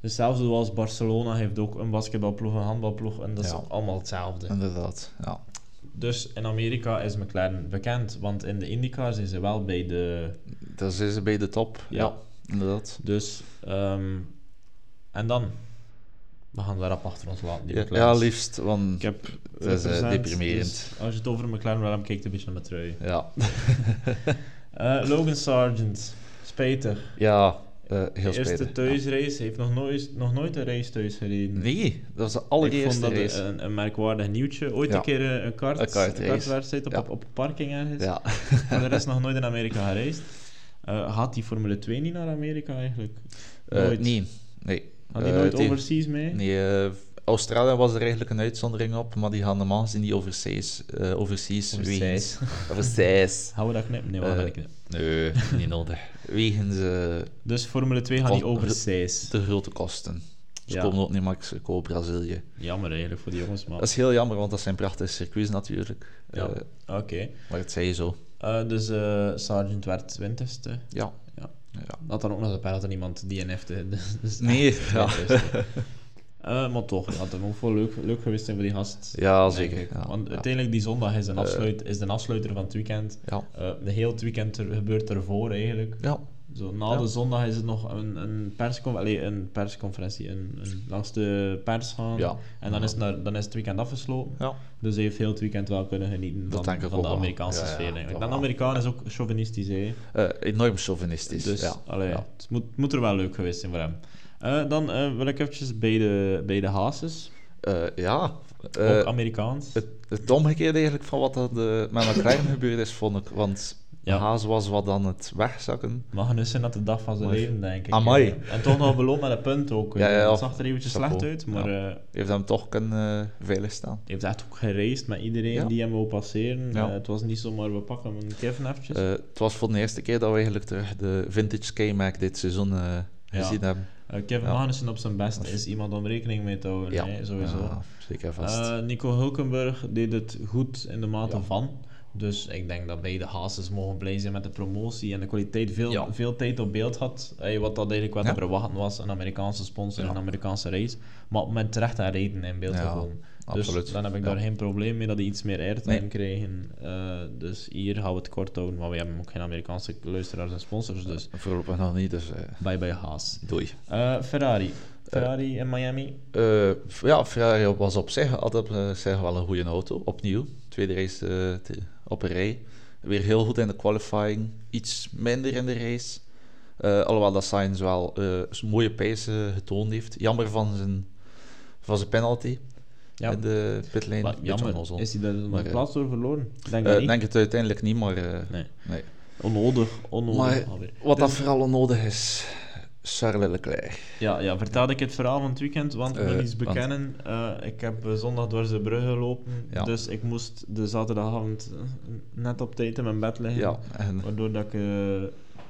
Speaker 1: Dus zelfs zoals Barcelona heeft ook een basketbalploeg, een handbalploeg. En dat is
Speaker 2: Ja.
Speaker 1: ook allemaal hetzelfde.
Speaker 2: Inderdaad, ja.
Speaker 1: Dus in Amerika is McLaren bekend. Want in de IndyCar zijn ze wel bij de.
Speaker 2: Dat Dus is ze bij de top. Ja,
Speaker 1: Ja.
Speaker 2: inderdaad.
Speaker 1: Dus. ehm, en dan? We gaan daar rap achter ons laten. Die
Speaker 2: Ja,
Speaker 1: McLaren's.
Speaker 2: ja, liefst, want
Speaker 1: Ik heb.
Speaker 2: het is eh,
Speaker 1: represent,
Speaker 2: deprimerend.
Speaker 1: dus als je het over McLaren wil hebben, kijk het een beetje naar mijn trui.
Speaker 2: Ja,
Speaker 1: Eh, Logan Sargent. Spijtig.
Speaker 2: ja eh, heel
Speaker 1: de eerste
Speaker 2: spijtig.
Speaker 1: thuisrace. Heeft nog nooit, nog nooit een race thuis gereden.
Speaker 2: Ja. Nee, dat is de allereerste
Speaker 1: ik vond dat
Speaker 2: race.
Speaker 1: Een, een merkwaardig nieuwtje. Ooit
Speaker 2: Ja.
Speaker 1: een keer eh, een kart,
Speaker 2: Een kartrace.
Speaker 1: een kartwedstrijd op,
Speaker 2: Ja.
Speaker 1: op, op een parking ergens.
Speaker 2: ja.
Speaker 1: Voor de rest nog nooit in Amerika gereisd. Eh had die Formule 2 niet naar Amerika eigenlijk?
Speaker 2: Eh,
Speaker 1: Nooit.
Speaker 2: nee, nee.
Speaker 1: Had die
Speaker 2: Eh,
Speaker 1: nooit
Speaker 2: het heeft-
Speaker 1: overseas mee?
Speaker 2: Nee, eh, Australië was er eigenlijk een uitzondering op, maar die gaan normaal gezien niet overseas. eh overseas,
Speaker 1: Overseas.
Speaker 2: wegens- Overseas.
Speaker 1: Houden we dat knippen? Nee, we gaan
Speaker 2: Eh,
Speaker 1: dat knippen.
Speaker 2: nee, niet nodig. Wegens eh,
Speaker 1: Dus Formule 2 gaat
Speaker 2: Al-
Speaker 1: niet overseas.
Speaker 2: de grote kosten. Ze
Speaker 1: Ja.
Speaker 2: komen ook niet Mexico, Brazilië.
Speaker 1: Jammer eigenlijk voor die jongens, maar
Speaker 2: Dat is heel jammer, want dat zijn prachtige circuits natuurlijk.
Speaker 1: Ja.
Speaker 2: Eh,
Speaker 1: oké.
Speaker 2: maar het zij zo.
Speaker 1: Eh, dus eh Sargent werd twintigste.
Speaker 2: Ja.
Speaker 1: Ja.
Speaker 2: Ja.
Speaker 1: Dat dan ook nog de pijl dat er niemand DNF'te. Dus
Speaker 2: Nee, ja.
Speaker 1: Eh, maar toch, ja, het had ook wel leuk, leuk geweest zijn voor die gast.
Speaker 2: Ja,
Speaker 1: denk
Speaker 2: zeker.
Speaker 1: ik.
Speaker 2: Ja,
Speaker 1: Want
Speaker 2: ja. Eh.
Speaker 1: uiteindelijk die zondag is, een afsluit, is de afsluiter van het weekend.
Speaker 2: Ja.
Speaker 1: Eh, de heel het weekend er, gebeurt ervoor eigenlijk.
Speaker 2: Ja.
Speaker 1: Zo, na
Speaker 2: Ja.
Speaker 1: de zondag is het nog een, een, perscon allee, een persconferentie, een, een langs de pers gaan.
Speaker 2: Ja.
Speaker 1: En dan is, het naar, dan is het weekend afgesloten.
Speaker 2: Ja.
Speaker 1: Dus hij heeft heel het weekend wel kunnen genieten
Speaker 2: Dat
Speaker 1: van,
Speaker 2: denk ik
Speaker 1: van
Speaker 2: ook
Speaker 1: de
Speaker 2: wel.
Speaker 1: Amerikaanse
Speaker 2: Ja, ja,
Speaker 1: sfeer.
Speaker 2: toch
Speaker 1: eigenlijk. En de
Speaker 2: wel.
Speaker 1: Amerikaan is ook chauvinistisch. Hè.
Speaker 2: Eh, enorm chauvinistisch.
Speaker 1: Dus
Speaker 2: ja.
Speaker 1: allee,
Speaker 2: Ja.
Speaker 1: het moet, moet er wel leuk geweest zijn voor hem. Eh, dan eh, wil ik eventjes bij de, bij de Haases.
Speaker 2: Eh, ja.
Speaker 1: Ook
Speaker 2: Eh,
Speaker 1: Amerikaans.
Speaker 2: het, het omgekeerde eigenlijk van wat dat eh, met McLaren gebeurd is, vond ik. Want
Speaker 1: Ja.
Speaker 2: Haas was wat aan het wegzakken.
Speaker 1: Magnussen had de dag van zijn
Speaker 2: Mooi.
Speaker 1: leven, denk ik.
Speaker 2: Amai.
Speaker 1: Ja. En toch nog beloond met een punt ook.
Speaker 2: Ja, ja, ja.
Speaker 1: Het zag er eventjes
Speaker 2: Chapeau.
Speaker 1: slecht uit, maar eh,
Speaker 2: Heeft hem toch kunnen eh veilig staan.
Speaker 1: hij heeft echt ook geraced met iedereen
Speaker 2: Ja.
Speaker 1: die hem wil passeren.
Speaker 2: Ja.
Speaker 1: Eh, het was niet zomaar, we pakken hem een Kevin eventjes.
Speaker 2: Eh, het was voor de eerste keer dat we eigenlijk terug de vintage K-Mac dit seizoen eh, gezien hebben.
Speaker 1: Eh, Kevin
Speaker 2: ja.
Speaker 1: Magnussen op zijn best is iemand om rekening mee te houden,
Speaker 2: Ja,
Speaker 1: hè, sowieso.
Speaker 2: Ja, zeker vast.
Speaker 1: Eh, Nico Hulkenberg deed het goed in de mate van. Dus ik denk dat beide Haases mogen blij zijn met de promotie en de kwaliteit. Veel,
Speaker 2: Ja.
Speaker 1: veel tijd op beeld had. Eh, wat dat eigenlijk wel
Speaker 2: Ja.
Speaker 1: te verwachten was. Een Amerikaanse sponsor,
Speaker 2: Ja.
Speaker 1: een Amerikaanse race. Maar met terecht aan reden in beeld
Speaker 2: Ja.
Speaker 1: gekomen.
Speaker 2: Absoluut.
Speaker 1: Dus dan heb ik
Speaker 2: Ja.
Speaker 1: daar geen probleem mee dat die iets meer airtime
Speaker 2: Nee.
Speaker 1: krijgen. Eh, dus hier gaan we het kort houden, maar we hebben ook geen Amerikaanse luisteraars en sponsors, dus
Speaker 2: Voorlopig nog niet, dus eh,
Speaker 1: bye bye Haas.
Speaker 2: doei.
Speaker 1: Eh, Ferrari. Ferrari in Miami.
Speaker 2: Eh, f- ja, Ferrari was op zich altijd op zich wel een goede auto. Opnieuw, tweede race eh, te- op een rij. Weer heel goed in de qualifying, iets minder in de race. Eh, alhoewel dat Sainz wel eh, een mooie pace eh, getoond heeft. Jammer van zijn, van zijn penalty
Speaker 1: Ja,
Speaker 2: in de pitlane.
Speaker 1: maar
Speaker 2: Beetje
Speaker 1: jammer.
Speaker 2: onnozel.
Speaker 1: Is hij daar nog
Speaker 2: Maar, eh,
Speaker 1: plaats door verloren? Denk ik
Speaker 2: Eh, Ik
Speaker 1: niet.
Speaker 2: denk het uiteindelijk niet, maar... eh,
Speaker 1: Nee.
Speaker 2: nee.
Speaker 1: Onnodig, onnodig
Speaker 2: Maar-
Speaker 1: alweer.
Speaker 2: Wat
Speaker 1: Dus-
Speaker 2: dat vooral onnodig is, Charles Leclerc.
Speaker 1: Ja, ja, vertelde ik het verhaal van het weekend, want ik
Speaker 2: Eh,
Speaker 1: moet iets
Speaker 2: want-
Speaker 1: bekennen. Eh, ik heb eh, zondag door de bruggen gelopen,
Speaker 2: Ja.
Speaker 1: dus ik moest de zaterdagavond eh, net op tijd in mijn bed liggen.
Speaker 2: Ja, en
Speaker 1: Waardoor dat ik eh,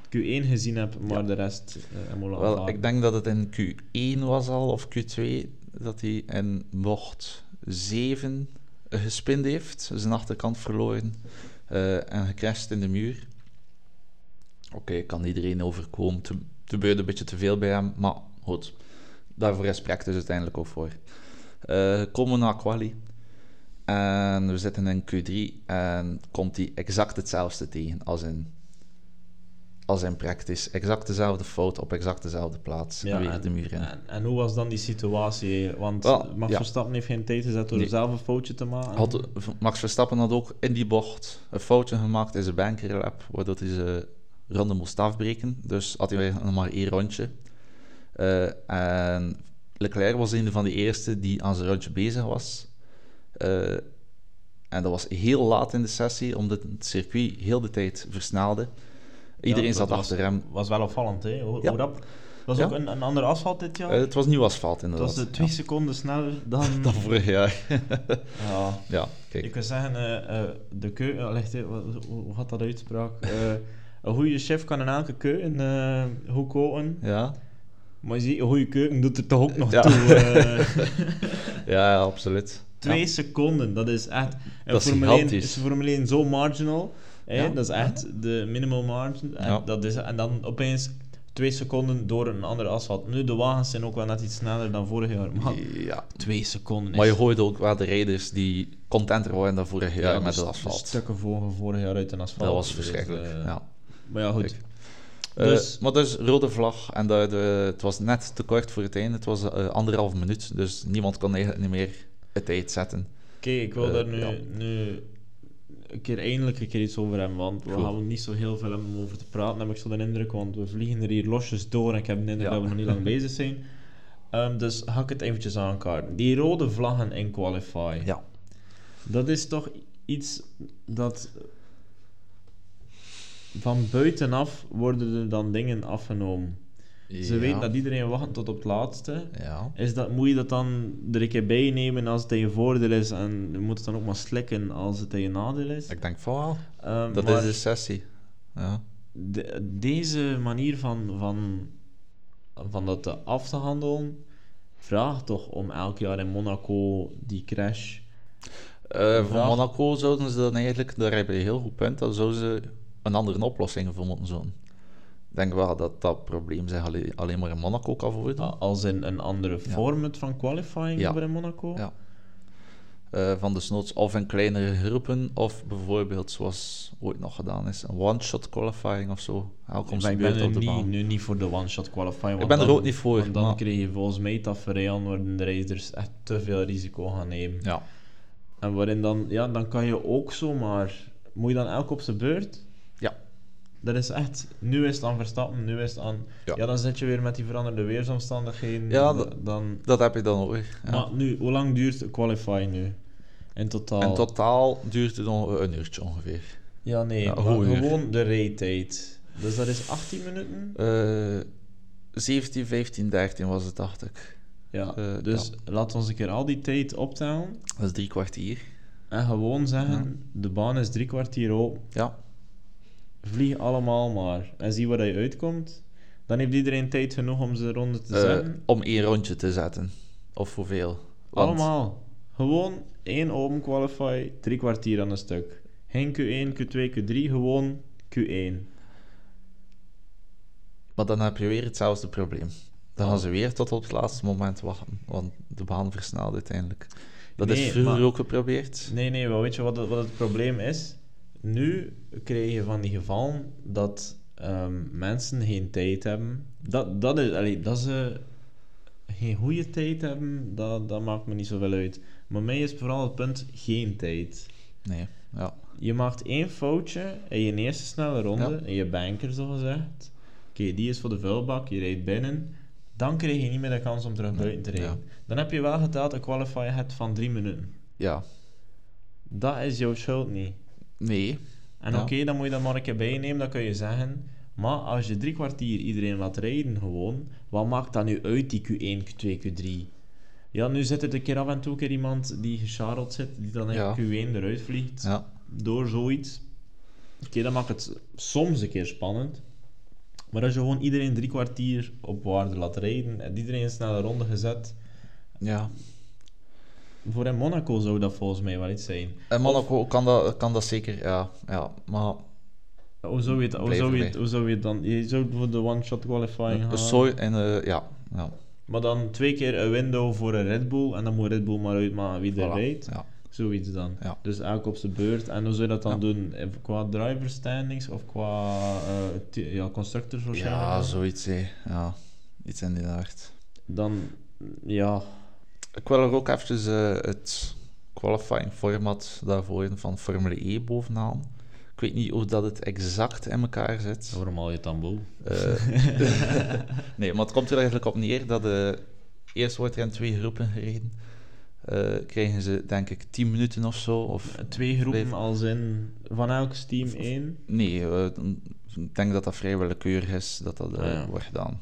Speaker 1: Q1 gezien heb, maar
Speaker 2: Ja.
Speaker 1: de rest eh heb mogen
Speaker 2: Wel,
Speaker 1: aanvaarden.
Speaker 2: ik denk dat het in Q1 was al, of Q2, dat hij in bocht 7 gespind heeft. Zijn achterkant verloren eh, en gecrashed in de muur. Oké, kan iedereen overkomen. Te- Het gebeurde een beetje te veel bij hem, maar goed. Daarvoor is practice uiteindelijk ook voor. Eh, komen we naar quali. En we zitten in Q3 en komt hij exact hetzelfde tegen als in als in practice. Exact dezelfde fout op exact dezelfde plaats.
Speaker 1: Ja,
Speaker 2: en weer
Speaker 1: en-
Speaker 2: de muur in.
Speaker 1: en, en hoe was dan die situatie? Want
Speaker 2: Wel,
Speaker 1: Max
Speaker 2: ja.
Speaker 1: Verstappen heeft geen tijd gezet door
Speaker 2: Nee.
Speaker 1: zelf een foutje te maken.
Speaker 2: Had, Max Verstappen had ook in die bocht een foutje gemaakt in zijn bankerlap, waardoor hij zijn ronde moest afbreken. Dus had hij nog maar één rondje. Eh, en Leclerc was een van de eerste die aan zijn rondje bezig was. Eh, en dat was heel laat in de sessie, omdat het circuit heel de tijd versnelde. Iedereen
Speaker 1: dat
Speaker 2: zat
Speaker 1: was-
Speaker 2: achter hem.
Speaker 1: was wel opvallend, hè? Hoe,
Speaker 2: Ja.
Speaker 1: hoe rap. Het was
Speaker 2: Ja.
Speaker 1: ook een, een ander asfalt dit jaar.
Speaker 2: Eh, het was nieuw asfalt,
Speaker 1: het
Speaker 2: inderdaad.
Speaker 1: was eh, twee seconden sneller dan...
Speaker 2: Ja. Dan vorig jaar.
Speaker 1: Ja.
Speaker 2: ja,
Speaker 1: Ik
Speaker 2: kijk.
Speaker 1: wil zeggen, eh, eh, de keu... eh, ligt, eh, wat- hoe hoe gaat dat uitspraak? Eh, een goede chef kan in elke keuken eh goed koken.
Speaker 2: Ja,
Speaker 1: Maar je ziet, een goede keuken doet er toch ook nog
Speaker 2: Ja.
Speaker 1: toe. eh.
Speaker 2: ja, ja, absoluut.
Speaker 1: twee
Speaker 2: Ja.
Speaker 1: seconden, dat is echt... en
Speaker 2: Dat is
Speaker 1: Formule 1
Speaker 2: gigantisch.
Speaker 1: is Formule 1 zo marginal. hè,
Speaker 2: Ja.
Speaker 1: Dat is echt de minimal margin. En,
Speaker 2: Ja.
Speaker 1: dat is, en dan opeens twee seconden door een ander asfalt. Nu, de wagens zijn ook wel net iets sneller dan vorig jaar. Maar
Speaker 2: Ja,
Speaker 1: twee seconden is...
Speaker 2: Maar je hoorde ook wel de rijders die contenter waren dan vorig jaar
Speaker 1: Ja,
Speaker 2: met
Speaker 1: de
Speaker 2: het
Speaker 1: st-
Speaker 2: asfalt.
Speaker 1: de stukken vlogen vorig jaar uit een asfalt.
Speaker 2: dat was
Speaker 1: Dus,
Speaker 2: verschrikkelijk.
Speaker 1: eh,
Speaker 2: ja.
Speaker 1: Maar ja, goed.
Speaker 2: Kijk.
Speaker 1: dus-
Speaker 2: Eh, maar dus rode vlag. En dat, eh, het was net te kort voor het einde. Het was eh, anderhalf minuut. Dus niemand kon eigenlijk niet meer het tijd zetten.
Speaker 1: Oké, ik wil
Speaker 2: Eh,
Speaker 1: daar nu,
Speaker 2: ja.
Speaker 1: nu een keer eindelijk een keer iets over hebben, want we
Speaker 2: Goed.
Speaker 1: gaan niet zo heel veel hebben om over te praten, heb ik zo de indruk, want we vliegen er hier losjes door en ik heb de indruk
Speaker 2: Ja.
Speaker 1: dat we nog niet lang bezig zijn. Ehm, dus ga ik het eventjes aankaarten. Die rode vlaggen in Qualify,
Speaker 2: Ja.
Speaker 1: dat is toch iets dat... Van buitenaf worden er dan dingen afgenomen. Ze weten dat iedereen wacht tot op het laatste.
Speaker 2: Ja.
Speaker 1: Is dat, moet je dat dan er een keer bij nemen als het tegen voordeel is en je moet het dan ook maar slikken als het tegen nadeel is?
Speaker 2: Ik denk van wel.
Speaker 1: Ehm,
Speaker 2: Dat
Speaker 1: maar
Speaker 2: is dus- de sessie. Ja.
Speaker 1: de- deze manier van, van, van dat te af te handelen vraagt toch om elk jaar in Monaco die crash.
Speaker 2: Eh, voor
Speaker 1: Ja.
Speaker 2: Monaco zouden ze dan eigenlijk, daar heb je een heel goed punt, dan zouden ze een andere oplossing voor moeten zoeken. Ik denk wel dat dat probleem zich alleen, alleen maar in Monaco kan voordoen.
Speaker 1: a- Als in een andere
Speaker 2: Ja.
Speaker 1: format van qualifying
Speaker 2: Ja.
Speaker 1: hebben in Monaco.
Speaker 2: Ja. eh, van de snoots of in kleinere groepen, of bijvoorbeeld zoals ooit nog gedaan is, een one-shot qualifying of zo. Elk om
Speaker 1: Ik
Speaker 2: zijn
Speaker 1: ben,
Speaker 2: beurt
Speaker 1: er
Speaker 2: op de
Speaker 1: niet,
Speaker 2: baan.
Speaker 1: nu niet voor de one-shot qualifying. want
Speaker 2: Ik ben er
Speaker 1: dan-
Speaker 2: ook niet voor.
Speaker 1: Want dan
Speaker 2: maar-
Speaker 1: kreeg je volgens mij dat verrijden waarin de rijders echt te veel risico gaan nemen.
Speaker 2: Ja,
Speaker 1: En waarin dan, ja, dan kan je ook zomaar. Moet je dan elk op zijn beurt?
Speaker 2: Ja.
Speaker 1: Dat is echt. Nu is het aan verstappen, nu is het aan. Ja,
Speaker 2: Ja.
Speaker 1: dan zit je weer met die veranderde weersomstandigheden.
Speaker 2: Ja,
Speaker 1: da-
Speaker 2: dat-
Speaker 1: dan.
Speaker 2: dat heb je dan ook weer. Ja.
Speaker 1: Maar nu, hoe lang duurt de qualify nu? In totaal.
Speaker 2: In totaal duurt het nog een uurtje ongeveer.
Speaker 1: Ja, nee.
Speaker 2: Ja,
Speaker 1: maar
Speaker 2: hoe uur?
Speaker 1: gewoon de rijtijd. Dus dat is 18 minuten.
Speaker 2: Eh 17, 15, 13 was het, dacht ik.
Speaker 1: Ja.
Speaker 2: eh,
Speaker 1: dus laat ons een keer al die tijd optellen.
Speaker 2: Dat is drie kwartier.
Speaker 1: En gewoon zeggen: de baan is drie kwartier open.
Speaker 2: Ja,
Speaker 1: Vlieg allemaal maar en zie waar je uitkomt. Dan heeft iedereen tijd genoeg om zijn ronde te
Speaker 2: eh,
Speaker 1: zetten.
Speaker 2: om één rondje te zetten. Of hoeveel. Want-
Speaker 1: allemaal. Gewoon één open qualify, drie kwartier aan een stuk. Geen Q1, Q2, Q3, gewoon Q1.
Speaker 2: Maar dan heb je weer hetzelfde
Speaker 1: Oh.
Speaker 2: probleem. Dan gaan ze weer tot op het laatste moment wachten, want de baan versnelde uiteindelijk. Dat
Speaker 1: Nee,
Speaker 2: is vroeger
Speaker 1: maar-
Speaker 2: ook geprobeerd.
Speaker 1: Nee, nee, maar weet je wat het, wat het probleem is? Nu krijg je van die gevallen dat ehm, mensen geen tijd hebben. Dat, dat, is, allee, dat ze geen goede tijd hebben, dat, dat maakt me niet zoveel uit. Maar mij is vooral het punt geen tijd.
Speaker 2: Nee, ja.
Speaker 1: Je maakt één foutje in je eerste snelle ronde,
Speaker 2: Ja.
Speaker 1: in je banker zogezegd. Oké, die is voor de vuilbak, je rijdt binnen. Dan krijg je niet meer de kans om terug
Speaker 2: Nee,
Speaker 1: buiten te rijden. Dan heb je wel geteld een qualifier hebt van drie minuten.
Speaker 2: Ja.
Speaker 1: Dat is jouw schuld niet.
Speaker 2: Nee.
Speaker 1: En
Speaker 2: Ja.
Speaker 1: oké, dan moet je dat maar een keer bijnemen, dan kun je zeggen. Maar als je drie kwartier iedereen laat rijden gewoon, wat maakt dat nu uit, die Q1, Q2, Q3? Ja, nu zit er een keer af en toe een keer iemand die gecharreld zit, die dan in
Speaker 2: Ja.
Speaker 1: Q1 eruit vliegt,
Speaker 2: Ja.
Speaker 1: door zoiets. Oké, dat maakt het soms een keer spannend. Maar als je gewoon iedereen drie kwartier op waarde laat rijden, en iedereen een snelle ronde gezet,
Speaker 2: Ja.
Speaker 1: voor in Monaco zou dat volgens mij wel iets zijn.
Speaker 2: En Monaco kan, dat, kan dat zeker, ja. ja. Maar
Speaker 1: Hoe zou je het, hoe
Speaker 2: Blijf
Speaker 1: zou je
Speaker 2: erbij.
Speaker 1: het, hoe zou je het dan... Je zou voor de one-shot qualifying gaan.
Speaker 2: een soort... En, eh, ja. ja.
Speaker 1: Maar dan twee keer een window voor een Red Bull. En dan moet Red Bull maar uitmaken wie er
Speaker 2: voilà.
Speaker 1: rijdt.
Speaker 2: Ja.
Speaker 1: Zoiets dan.
Speaker 2: Ja.
Speaker 1: Dus elk op zijn beurt. En hoe zou je dat dan
Speaker 2: Ja.
Speaker 1: doen? Eh, Qua driver standings of qua eh, t- ja, constructors waarschijnlijk?
Speaker 2: ja,
Speaker 1: dan?
Speaker 2: zoiets, hè. Ja. Iets in die aard.
Speaker 1: Dan, ja,
Speaker 2: Ik wil er ook even eh, het qualifying format daarvoor van Formule E bovenaan. Ik weet niet of dat het exact in elkaar zit.
Speaker 1: waarom al je tamboel?
Speaker 2: Eh, nee, maar het komt er eigenlijk op neer dat eh, eerst wordt er in twee groepen gereden. Eh, krijgen ze denk ik 10 minuten of zo. Of,
Speaker 1: Twee groepen
Speaker 2: Blijf-
Speaker 1: als in van elk team één.
Speaker 2: nee, eh, ik denk dat dat vrij willekeurig is dat dat eh,
Speaker 1: Ah, ja.
Speaker 2: wordt gedaan.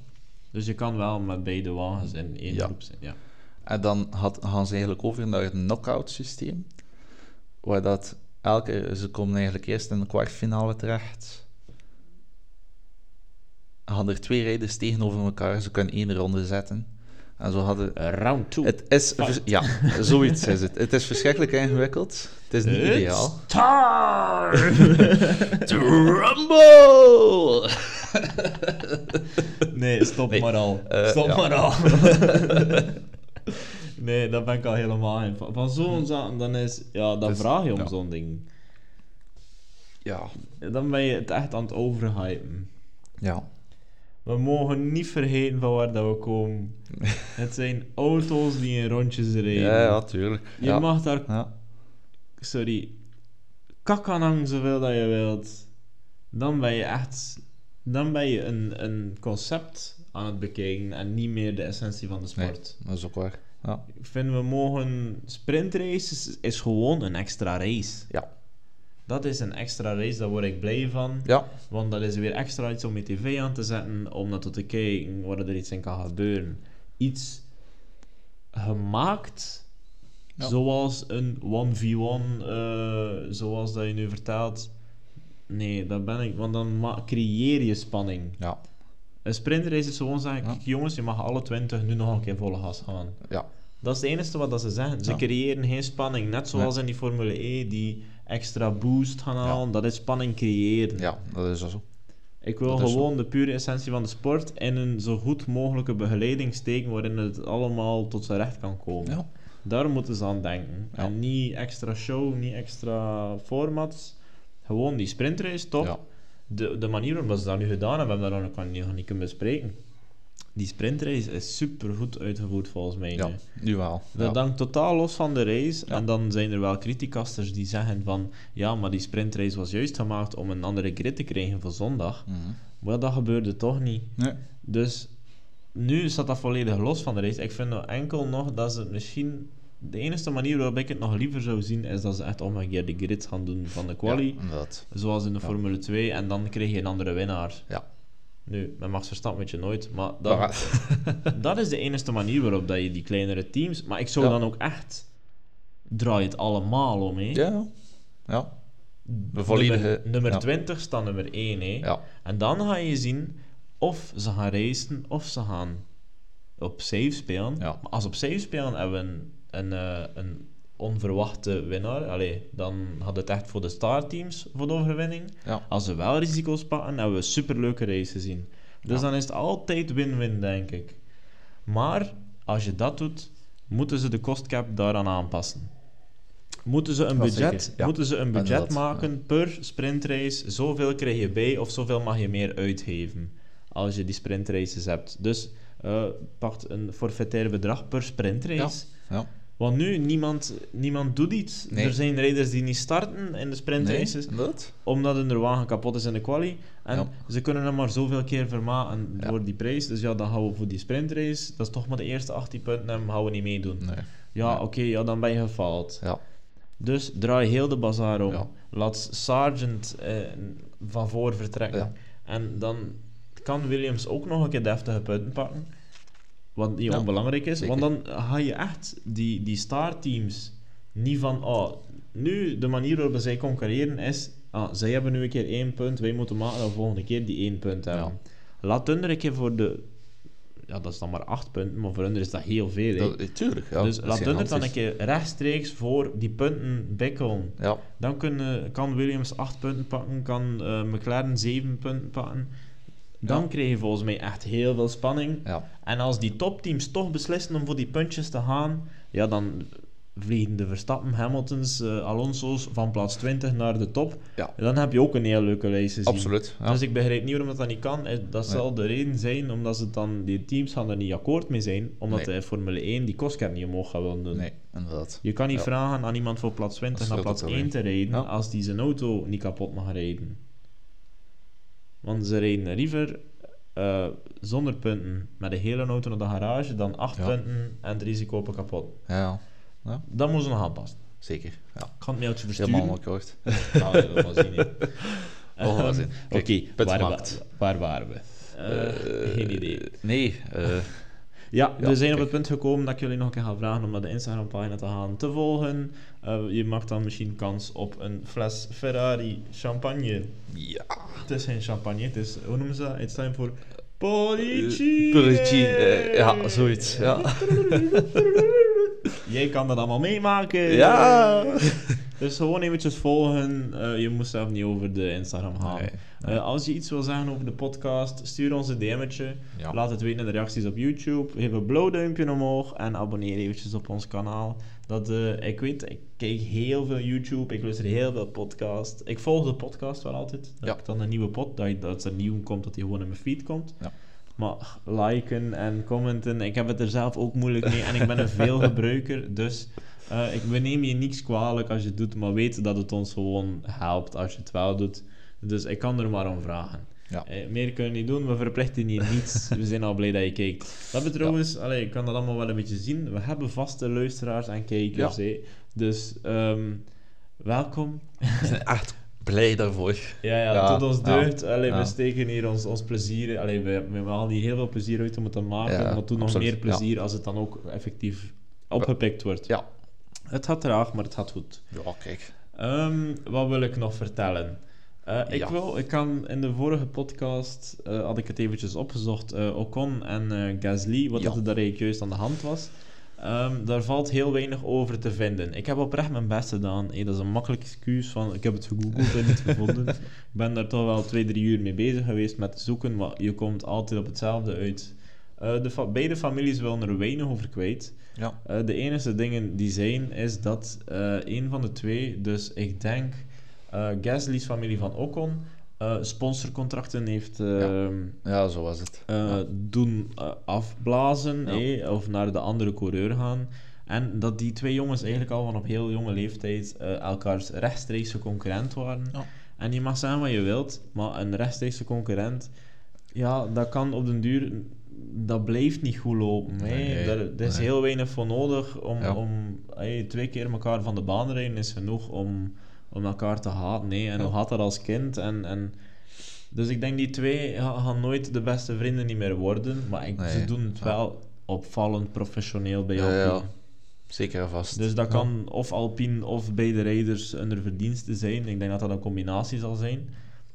Speaker 1: Dus je kan wel met beide wagens in één
Speaker 2: Ja.
Speaker 1: groep zijn. Ja.
Speaker 2: En dan had, gaan ze eigenlijk over naar het knockout systeem. Waar dat elke, ze komen eigenlijk eerst in de kwartfinale terecht. Gaan er twee rijders tegenover elkaar, ze kunnen één ronde zetten. En zo hadden
Speaker 1: Eh, Round 2.
Speaker 2: Het is...
Speaker 1: Ah.
Speaker 2: vers- ja, zoiets is het. Het is verschrikkelijk ingewikkeld. Het is niet ideaal. To rumble!
Speaker 1: Nee, stop
Speaker 2: Nee,
Speaker 1: maar al.
Speaker 2: eh,
Speaker 1: stop
Speaker 2: ja.
Speaker 1: maar al. nee, dat ben ik al helemaal in. Van van zo'n zaken, dan is... Ja, dan
Speaker 2: Hmm. Dus,
Speaker 1: vraag je om
Speaker 2: ja.
Speaker 1: zo'n ding.
Speaker 2: Ja.
Speaker 1: Dan ben je het echt aan het overhypen.
Speaker 2: Ja.
Speaker 1: We mogen niet vergeten van waar dat we komen. het zijn auto's die in rondjes rijden.
Speaker 2: Ja, ja, tuurlijk.
Speaker 1: Je
Speaker 2: ja.
Speaker 1: mag daar...
Speaker 2: Ja.
Speaker 1: Sorry. Kak aan hangen zoveel dat je wilt. Dan ben je echt... Dan ben je een, een concept aan het bekijken en niet meer de essentie van de
Speaker 2: Nee,
Speaker 1: sport.
Speaker 2: dat is ook waar. Ja.
Speaker 1: Ik vind we mogen. Sprintrace is, is gewoon een extra race.
Speaker 2: Ja.
Speaker 1: Dat is een extra race, daar word ik blij van.
Speaker 2: Ja.
Speaker 1: Want dat is weer extra iets om je tv aan te zetten, om naartoe te kijken waar er iets in kan gebeuren. Iets gemaakt,
Speaker 2: Ja.
Speaker 1: zoals een 1v1, eh, zoals dat je nu vertelt. Nee, dat ben ik, want dan ma- creëer je spanning.
Speaker 2: Ja.
Speaker 1: Een sprintrace is gewoon zeggen,
Speaker 2: Ja.
Speaker 1: "Kijk, jongens, je mag alle 20 nu nog een keer volle gas gaan.
Speaker 2: Ja.
Speaker 1: Dat is het enige wat dat ze zeggen. Ze
Speaker 2: Ja.
Speaker 1: creëren geen spanning. Net zoals in die Formule E, die extra boost gaan halen. Dat is spanning creëren.
Speaker 2: Ja, dat is wel zo.
Speaker 1: Ik wil
Speaker 2: Dat is
Speaker 1: gewoon de pure essentie van de sport in een zo goed mogelijke begeleiding steken waarin het allemaal tot zijn recht kan komen.
Speaker 2: Ja.
Speaker 1: Daar moeten ze aan denken.
Speaker 2: Ja.
Speaker 1: En niet extra show, niet extra formats. Gewoon die sprintrace, top.
Speaker 2: Ja.
Speaker 1: De, de manier waarop ze dat nu gedaan hebben, hebben we daar nog kan- nog niet kunnen bespreken. Die sprintrace is super goed uitgevoerd volgens mij. nu.
Speaker 2: Ja. Nu wel.
Speaker 1: Dat
Speaker 2: Ja.
Speaker 1: hangt totaal los van de race.
Speaker 2: Ja.
Speaker 1: En dan zijn er wel criticasters die zeggen van... Ja, maar die sprintrace was juist gemaakt om een andere grid te krijgen voor zondag.
Speaker 2: Mhm.
Speaker 1: Maar dat gebeurde toch niet.
Speaker 2: Nee.
Speaker 1: Dus nu staat dat volledig los van de race. Ik vind nog enkel nog dat ze misschien... De enige manier waarop ik het nog liever zou zien... is dat ze echt omgekeerd de grids gaan doen van de quali.
Speaker 2: Ja, inderdaad.
Speaker 1: Zoals in de
Speaker 2: Ja.
Speaker 1: Formule 2. En dan krijg je een andere winnaar.
Speaker 2: Ja.
Speaker 1: Nu, met Max Verstappen weet je nooit. Maar dat,
Speaker 2: Ja.
Speaker 1: dat is de enige manier waarop dat je die kleinere teams. Maar ik zou
Speaker 2: Ja.
Speaker 1: dan ook echt. Draai het allemaal om, hè?
Speaker 2: Ja. Ja. De volledige...
Speaker 1: Nummer, nummer
Speaker 2: ja.
Speaker 1: 20 staat nummer 1, hè?
Speaker 2: Ja.
Speaker 1: En dan ga je zien of ze gaan racen of ze gaan op safe spelen.
Speaker 2: Ja.
Speaker 1: Maar als op safe spelen hebben we een, een, eh, een onverwachte winnaar, allee, dan had het echt voor de starteams voor de overwinning.
Speaker 2: Ja.
Speaker 1: Als ze wel risico's pakken, hebben we superleuke races zien. Dus
Speaker 2: Ja.
Speaker 1: dan is het altijd win-win, denk ik. Maar als je dat doet, Moeten ze de kostcap daaraan aanpassen? Moeten ze een
Speaker 2: Klassieker,
Speaker 1: budget,
Speaker 2: ja.
Speaker 1: moeten ze een budget
Speaker 2: Inderdaad,
Speaker 1: maken per sprintrace? Zoveel krijg je bij of zoveel mag je meer uitgeven als je die sprintraces hebt. Dus eh pakt een forfaitair bedrag per sprintrace.
Speaker 2: Ja.
Speaker 1: Want nu, niemand, niemand doet iets.
Speaker 2: Nee.
Speaker 1: Er zijn rijders die niet starten in de sprintraces,
Speaker 2: Nee, dat?
Speaker 1: omdat hun wagen kapot is in de quali. En
Speaker 2: Ja.
Speaker 1: ze kunnen hem maar zoveel keer vermaken
Speaker 2: Ja.
Speaker 1: voor die prijs. Dus ja, dan gaan we voor die sprintrace. Dat is toch maar de eerste 18 punten en gaan we niet meedoen.
Speaker 2: Nee.
Speaker 1: Ja,
Speaker 2: Ja.
Speaker 1: oké, ja, dan ben je gefaald.
Speaker 2: Ja.
Speaker 1: Dus draai heel de bazaar om.
Speaker 2: Ja.
Speaker 1: Laat Sargent eh, van voor vertrekken.
Speaker 2: Ja.
Speaker 1: En dan kan Williams ook nog een keer deftige punten pakken. Wat niet
Speaker 2: Ja,
Speaker 1: onbelangrijk is.
Speaker 2: zeker.
Speaker 1: Want dan ga je echt die, die staarteams niet van... Oh, nu, de manier waarop zij concurreren is... Ah, zij hebben nu een keer één punt. Wij moeten maken dat we volgende keer die één punt hebben. Laat hun er een keer voor de... Ja, dat is dan maar acht punten. Maar voor hun is dat heel veel. hè.
Speaker 2: Dat, eh, tuurlijk, ja.
Speaker 1: Dus
Speaker 2: dat
Speaker 1: laat
Speaker 2: is
Speaker 1: Dunner dan een
Speaker 2: gigantisch.
Speaker 1: keer rechtstreeks voor die punten bikkelen.
Speaker 2: Ja,
Speaker 1: Dan kunnen, kan Williams 8 punten pakken, kan eh, McLaren 7 punten pakken. Dan
Speaker 2: Ja.
Speaker 1: krijg je volgens mij echt heel veel spanning.
Speaker 2: ja.
Speaker 1: En als die topteams toch beslissen om voor die puntjes te gaan, ja, dan vliegen de Verstappen, Hamiltons, eh, Alonso's van plaats 20 naar de top.
Speaker 2: Ja.
Speaker 1: Dan heb je ook een heel leuke lijst gezien.
Speaker 2: absoluut. Ja.
Speaker 1: Dus ik begrijp niet waarom dat, dat niet kan. Eh, Dat zal de reden zijn omdat ze dan, die teams gaan er niet akkoord mee zijn, omdat
Speaker 2: Nee.
Speaker 1: de Formule 1 die kostcap niet omhoog gaat willen doen.
Speaker 2: Nee, inderdaad.
Speaker 1: Je kan niet
Speaker 2: Ja.
Speaker 1: vragen aan iemand voor plaats 20
Speaker 2: Dat
Speaker 1: naar
Speaker 2: scheelt
Speaker 1: plaats
Speaker 2: ook
Speaker 1: 1 te rijden
Speaker 2: Ja.
Speaker 1: als die zijn auto niet kapot mag rijden. Want ze rijden liever eh, zonder punten met de hele auto naar de garage dan 8
Speaker 2: Ja.
Speaker 1: punten en het risico op een kapot.
Speaker 2: Ja,
Speaker 1: Dat moeten ze nog aanpassen.
Speaker 2: zeker. Ja.
Speaker 1: Ik ga het mailtje versturen.
Speaker 2: Helemaal akkoord.
Speaker 1: Ja, we gaan zien, hè.
Speaker 2: Oh, we gaan zien.
Speaker 1: Ehm,
Speaker 2: Kijk,
Speaker 1: Oké,
Speaker 2: punt
Speaker 1: waar,
Speaker 2: gemaakt.
Speaker 1: wa- waar waren we? Eh,
Speaker 2: Eh,
Speaker 1: geen idee.
Speaker 2: Nee, eh,
Speaker 1: Ja,
Speaker 2: ja,
Speaker 1: we zijn op
Speaker 2: kijk.
Speaker 1: het punt gekomen dat ik jullie nog een keer ga vragen om naar de Instagram-pagina te gaan te volgen. Eh, je maakt dan misschien kans op een fles Ferrari champagne.
Speaker 2: ja.
Speaker 1: Het is geen champagne, het is, hoe noemen ze dat? It's time for Polici.
Speaker 2: Polici, eh, ja, zoiets, ja.
Speaker 1: Jij kan dat allemaal meemaken.
Speaker 2: Ja.
Speaker 1: Dus gewoon eventjes volgen. Eh, je moest zelf niet over de Instagram gaan.
Speaker 2: Nee, nee.
Speaker 1: Eh, als je iets wil zeggen over de podcast, stuur ons een DM'tje.
Speaker 2: Ja.
Speaker 1: Laat het weten in de reacties op YouTube. Geef een blauw duimpje omhoog en abonneer eventjes op ons kanaal. Dat, eh, ik weet, ik kijk heel veel YouTube, ik luister heel veel podcast. Ik volg de podcast wel altijd. Dat
Speaker 2: Ja.
Speaker 1: ik dan een nieuwe pod, dat, dat er nieuw komt, dat die gewoon in mijn feed komt.
Speaker 2: Ja.
Speaker 1: Maar liken en commenten, ik heb het er zelf ook moeilijk mee en ik ben een veelgebruiker. Dus eh, ik, we nemen je niks kwalijk als je het doet, maar weet dat het ons gewoon helpt als je het wel doet. Dus ik kan er maar om vragen.
Speaker 2: Ja.
Speaker 1: Eh, meer kunnen we niet doen, we verplichten je niets. we zijn al blij dat je kijkt. Dat betreft trouwens, allee, ik kan dat allemaal wel een beetje zien. We hebben vaste luisteraars en kijkers.
Speaker 2: Ja.
Speaker 1: hè. Dus ehm, welkom.
Speaker 2: We zijn echt blij daarvoor.
Speaker 1: Ja, ja,
Speaker 2: Ja,
Speaker 1: tot ons
Speaker 2: ja,
Speaker 1: deugd. Allee,
Speaker 2: ja.
Speaker 1: We steken hier ons, ons plezier. Allee, we, we halen hier heel veel plezier uit om het te maken.
Speaker 2: Ja,
Speaker 1: maar toen nog
Speaker 2: absoluut,
Speaker 1: meer plezier als het dan ook effectief opgepikt wordt.
Speaker 2: Ja.
Speaker 1: Het gaat traag, maar het gaat goed.
Speaker 2: Ja, kijk.
Speaker 1: Ehm, wat wil ik nog vertellen? Eh, ik,
Speaker 2: Ja.
Speaker 1: wil, ik kan in de vorige podcast eh, had ik het eventjes opgezocht. eh, Ocon en eh, Gasly, wat
Speaker 2: Ja.
Speaker 1: dat er daar eigenlijk juist aan de hand was. Ehm, daar valt heel weinig over te vinden. Ik heb oprecht mijn best gedaan. Hey, dat is een makkelijk excuus van ik heb het gegoogeld en niet gevonden. Ik ben daar toch wel twee, drie uur mee bezig geweest met zoeken, maar je komt altijd op hetzelfde uit. Eh, de fa- beide families willen er weinig over kwijt.
Speaker 2: Ja.
Speaker 1: Eh, de enige dingen die zijn, is dat eh een van de twee, dus ik denk eh Gasly's familie van Ocon, eh, sponsorcontracten heeft eh,
Speaker 2: Ja. ja, zo was het.
Speaker 1: eh,
Speaker 2: Ja.
Speaker 1: doen eh, afblazen
Speaker 2: Ja.
Speaker 1: eh, of naar de andere coureur gaan. En dat die twee jongens eigenlijk al van op heel jonge leeftijd eh, elkaars rechtstreekse concurrent waren.
Speaker 2: Ja.
Speaker 1: En je mag zeggen wat je wilt, maar een rechtstreekse concurrent, ja, dat kan op den duur, dat blijft niet goed lopen. hè.
Speaker 2: Nee, nee,
Speaker 1: Daar, er is
Speaker 2: nee.
Speaker 1: heel weinig voor nodig om,
Speaker 2: Ja.
Speaker 1: om hey, twee keer elkaar van de baan rijden is genoeg om, om elkaar te haten. Nee, en
Speaker 2: Ja.
Speaker 1: hoe had dat als kind? En, en, dus ik denk die twee ga- gaan nooit de beste vrienden niet meer worden, maar ik, ze
Speaker 2: Nee,
Speaker 1: doen het
Speaker 2: ja.
Speaker 1: wel opvallend professioneel bij
Speaker 2: Ja,
Speaker 1: Alpine.
Speaker 2: ja. Zeker en vast.
Speaker 1: Dus dat kan of Alpine of beide rijders onder verdiensten zijn. Ik denk dat dat een combinatie zal zijn.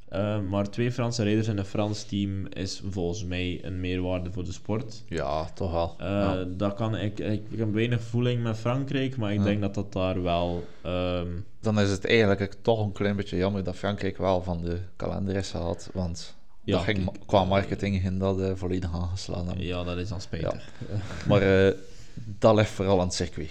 Speaker 1: Eh, maar twee Franse rijders in een Frans team is volgens mij een meerwaarde voor de sport.
Speaker 2: Ja, toch wel.
Speaker 1: Eh,
Speaker 2: ja.
Speaker 1: dat kan, ik, ik, ik heb weinig voeling met Frankrijk, maar ik
Speaker 2: Ja.
Speaker 1: denk dat dat daar wel... ehm,
Speaker 2: Dan is het eigenlijk toch een klein beetje jammer dat Frankrijk wel van de kalender is gehad. Want
Speaker 1: Ja,
Speaker 2: dat ging, ma- qua marketing ging dat eh, volledig aangeslagen. hebben.
Speaker 1: ja, dat is dan spijtig.
Speaker 2: Maar eh, dat ligt vooral aan het circuit.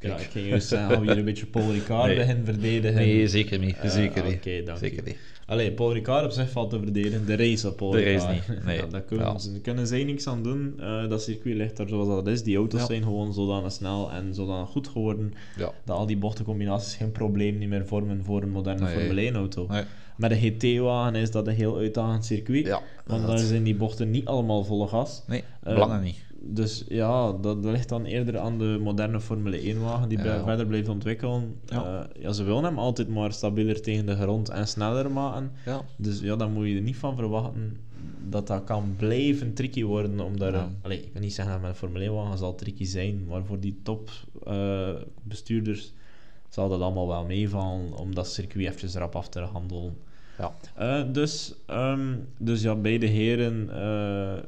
Speaker 1: Ja,
Speaker 2: Kijk.
Speaker 1: ik ging juist zeggen, gaan we hier een beetje Paul Ricard
Speaker 2: Nee.
Speaker 1: beginnen verdedigen.
Speaker 2: Nee, zeker niet.
Speaker 1: Eh,
Speaker 2: zeker niet.
Speaker 1: oké, dank
Speaker 2: zeker
Speaker 1: u.
Speaker 2: niet.
Speaker 1: Allee, Paul Ricard op zich valt te verdedigen. De race op Paul
Speaker 2: De race
Speaker 1: Ricard.
Speaker 2: niet, nee.
Speaker 1: Ja, daar kunnen,
Speaker 2: Ja.
Speaker 1: ze, daar kunnen zij niks aan doen. Eh, dat circuit ligt daar zoals dat is. Die auto's
Speaker 2: Ja.
Speaker 1: zijn gewoon zodanig snel en zodanig goed geworden
Speaker 2: Ja.
Speaker 1: dat al die bochtencombinaties geen probleem niet meer vormen voor een moderne
Speaker 2: Nee.
Speaker 1: Formule 1 auto.
Speaker 2: Nee.
Speaker 1: Met een GT-wagen is dat een heel uitdagend circuit.
Speaker 2: Ja,
Speaker 1: want daar
Speaker 2: inderdaad.
Speaker 1: zijn die bochten niet allemaal volle gas.
Speaker 2: Nee,
Speaker 1: Eh,
Speaker 2: belangen niet.
Speaker 1: Dus ja, dat ligt dan eerder aan de moderne Formule 1-wagen die
Speaker 2: Ja.
Speaker 1: bij- verder blijft ontwikkelen.
Speaker 2: Ja.
Speaker 1: Eh, ja, ze willen hem altijd maar stabieler tegen de grond en sneller maken.
Speaker 2: Ja.
Speaker 1: Dus ja, dan moet je er niet van verwachten dat dat kan blijven tricky worden. Om daar, eh,
Speaker 2: Ja.
Speaker 1: allee, ik wil niet zeggen dat met een Formule 1-wagen zal tricky zijn, maar voor die topbestuurders bestuurders zal dat allemaal wel meevallen om dat circuit eventjes rap af te handelen.
Speaker 2: Ja.
Speaker 1: Eh, dus, ehm, dus ja, beide heren eh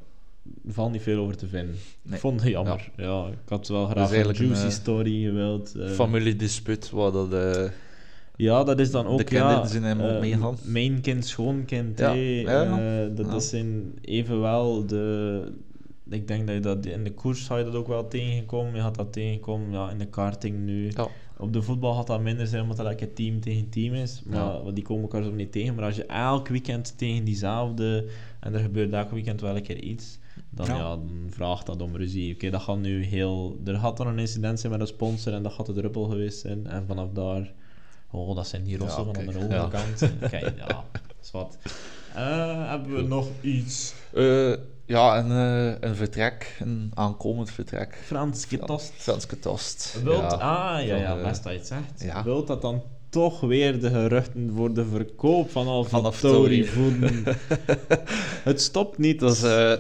Speaker 1: valt niet veel over te vinden.
Speaker 2: Nee.
Speaker 1: Ik vond het jammer. Ja. ik had wel graag een
Speaker 2: eigenlijk een,
Speaker 1: juicy
Speaker 2: eh,
Speaker 1: story gewild. eh.
Speaker 2: Familiedispuut, waar dat... eh,
Speaker 1: ja, dat is dan ook...
Speaker 2: kinderen
Speaker 1: ja,
Speaker 2: zijn hem ook
Speaker 1: eh,
Speaker 2: meegaan.
Speaker 1: Mijn kind, schoonkind.
Speaker 2: Ja,
Speaker 1: hè.
Speaker 2: ja, ja.
Speaker 1: Eh, dat
Speaker 2: Ja.
Speaker 1: is in evenwel de... Ik denk dat je dat in de koers zou je dat ook wel tegenkomen. Je had dat tegenkomen ja, in de karting nu.
Speaker 2: ja.
Speaker 1: Op de voetbal gaat dat minder zijn, omdat dat lekker team tegen team is. Maar
Speaker 2: Ja.
Speaker 1: want die komen elkaar zo niet tegen. Maar als je elk weekend tegen diezelfde... En er gebeurt elk weekend wel een keer iets... Dan, ja.
Speaker 2: Ja.
Speaker 1: dan vraagt dat om ruzie. Oké, dat gaat nu heel... Er gaat dan een incident zijn met een sponsor en dat gaat de druppel geweest zijn. En vanaf daar... Oh, dat zijn die rossen
Speaker 2: Ja,
Speaker 1: van aan
Speaker 2: oké.
Speaker 1: de overkant. Oké, ja, is wat. Eh, hebben we nog iets?
Speaker 2: Eh, ja, een, eh, een vertrek, een aankomend vertrek.
Speaker 1: Frans getost.
Speaker 2: Franske tost.
Speaker 1: Wilt,
Speaker 2: ja.
Speaker 1: ah, ja,
Speaker 2: Van,
Speaker 1: ja,
Speaker 2: eh,
Speaker 1: best dat je het zegt.
Speaker 2: ja.
Speaker 1: Wilt dat dan toch weer de geruchten voor de verkoop van Alvatori
Speaker 2: Alvatori.
Speaker 1: voeden? het stopt niet.
Speaker 2: Dat is, eh,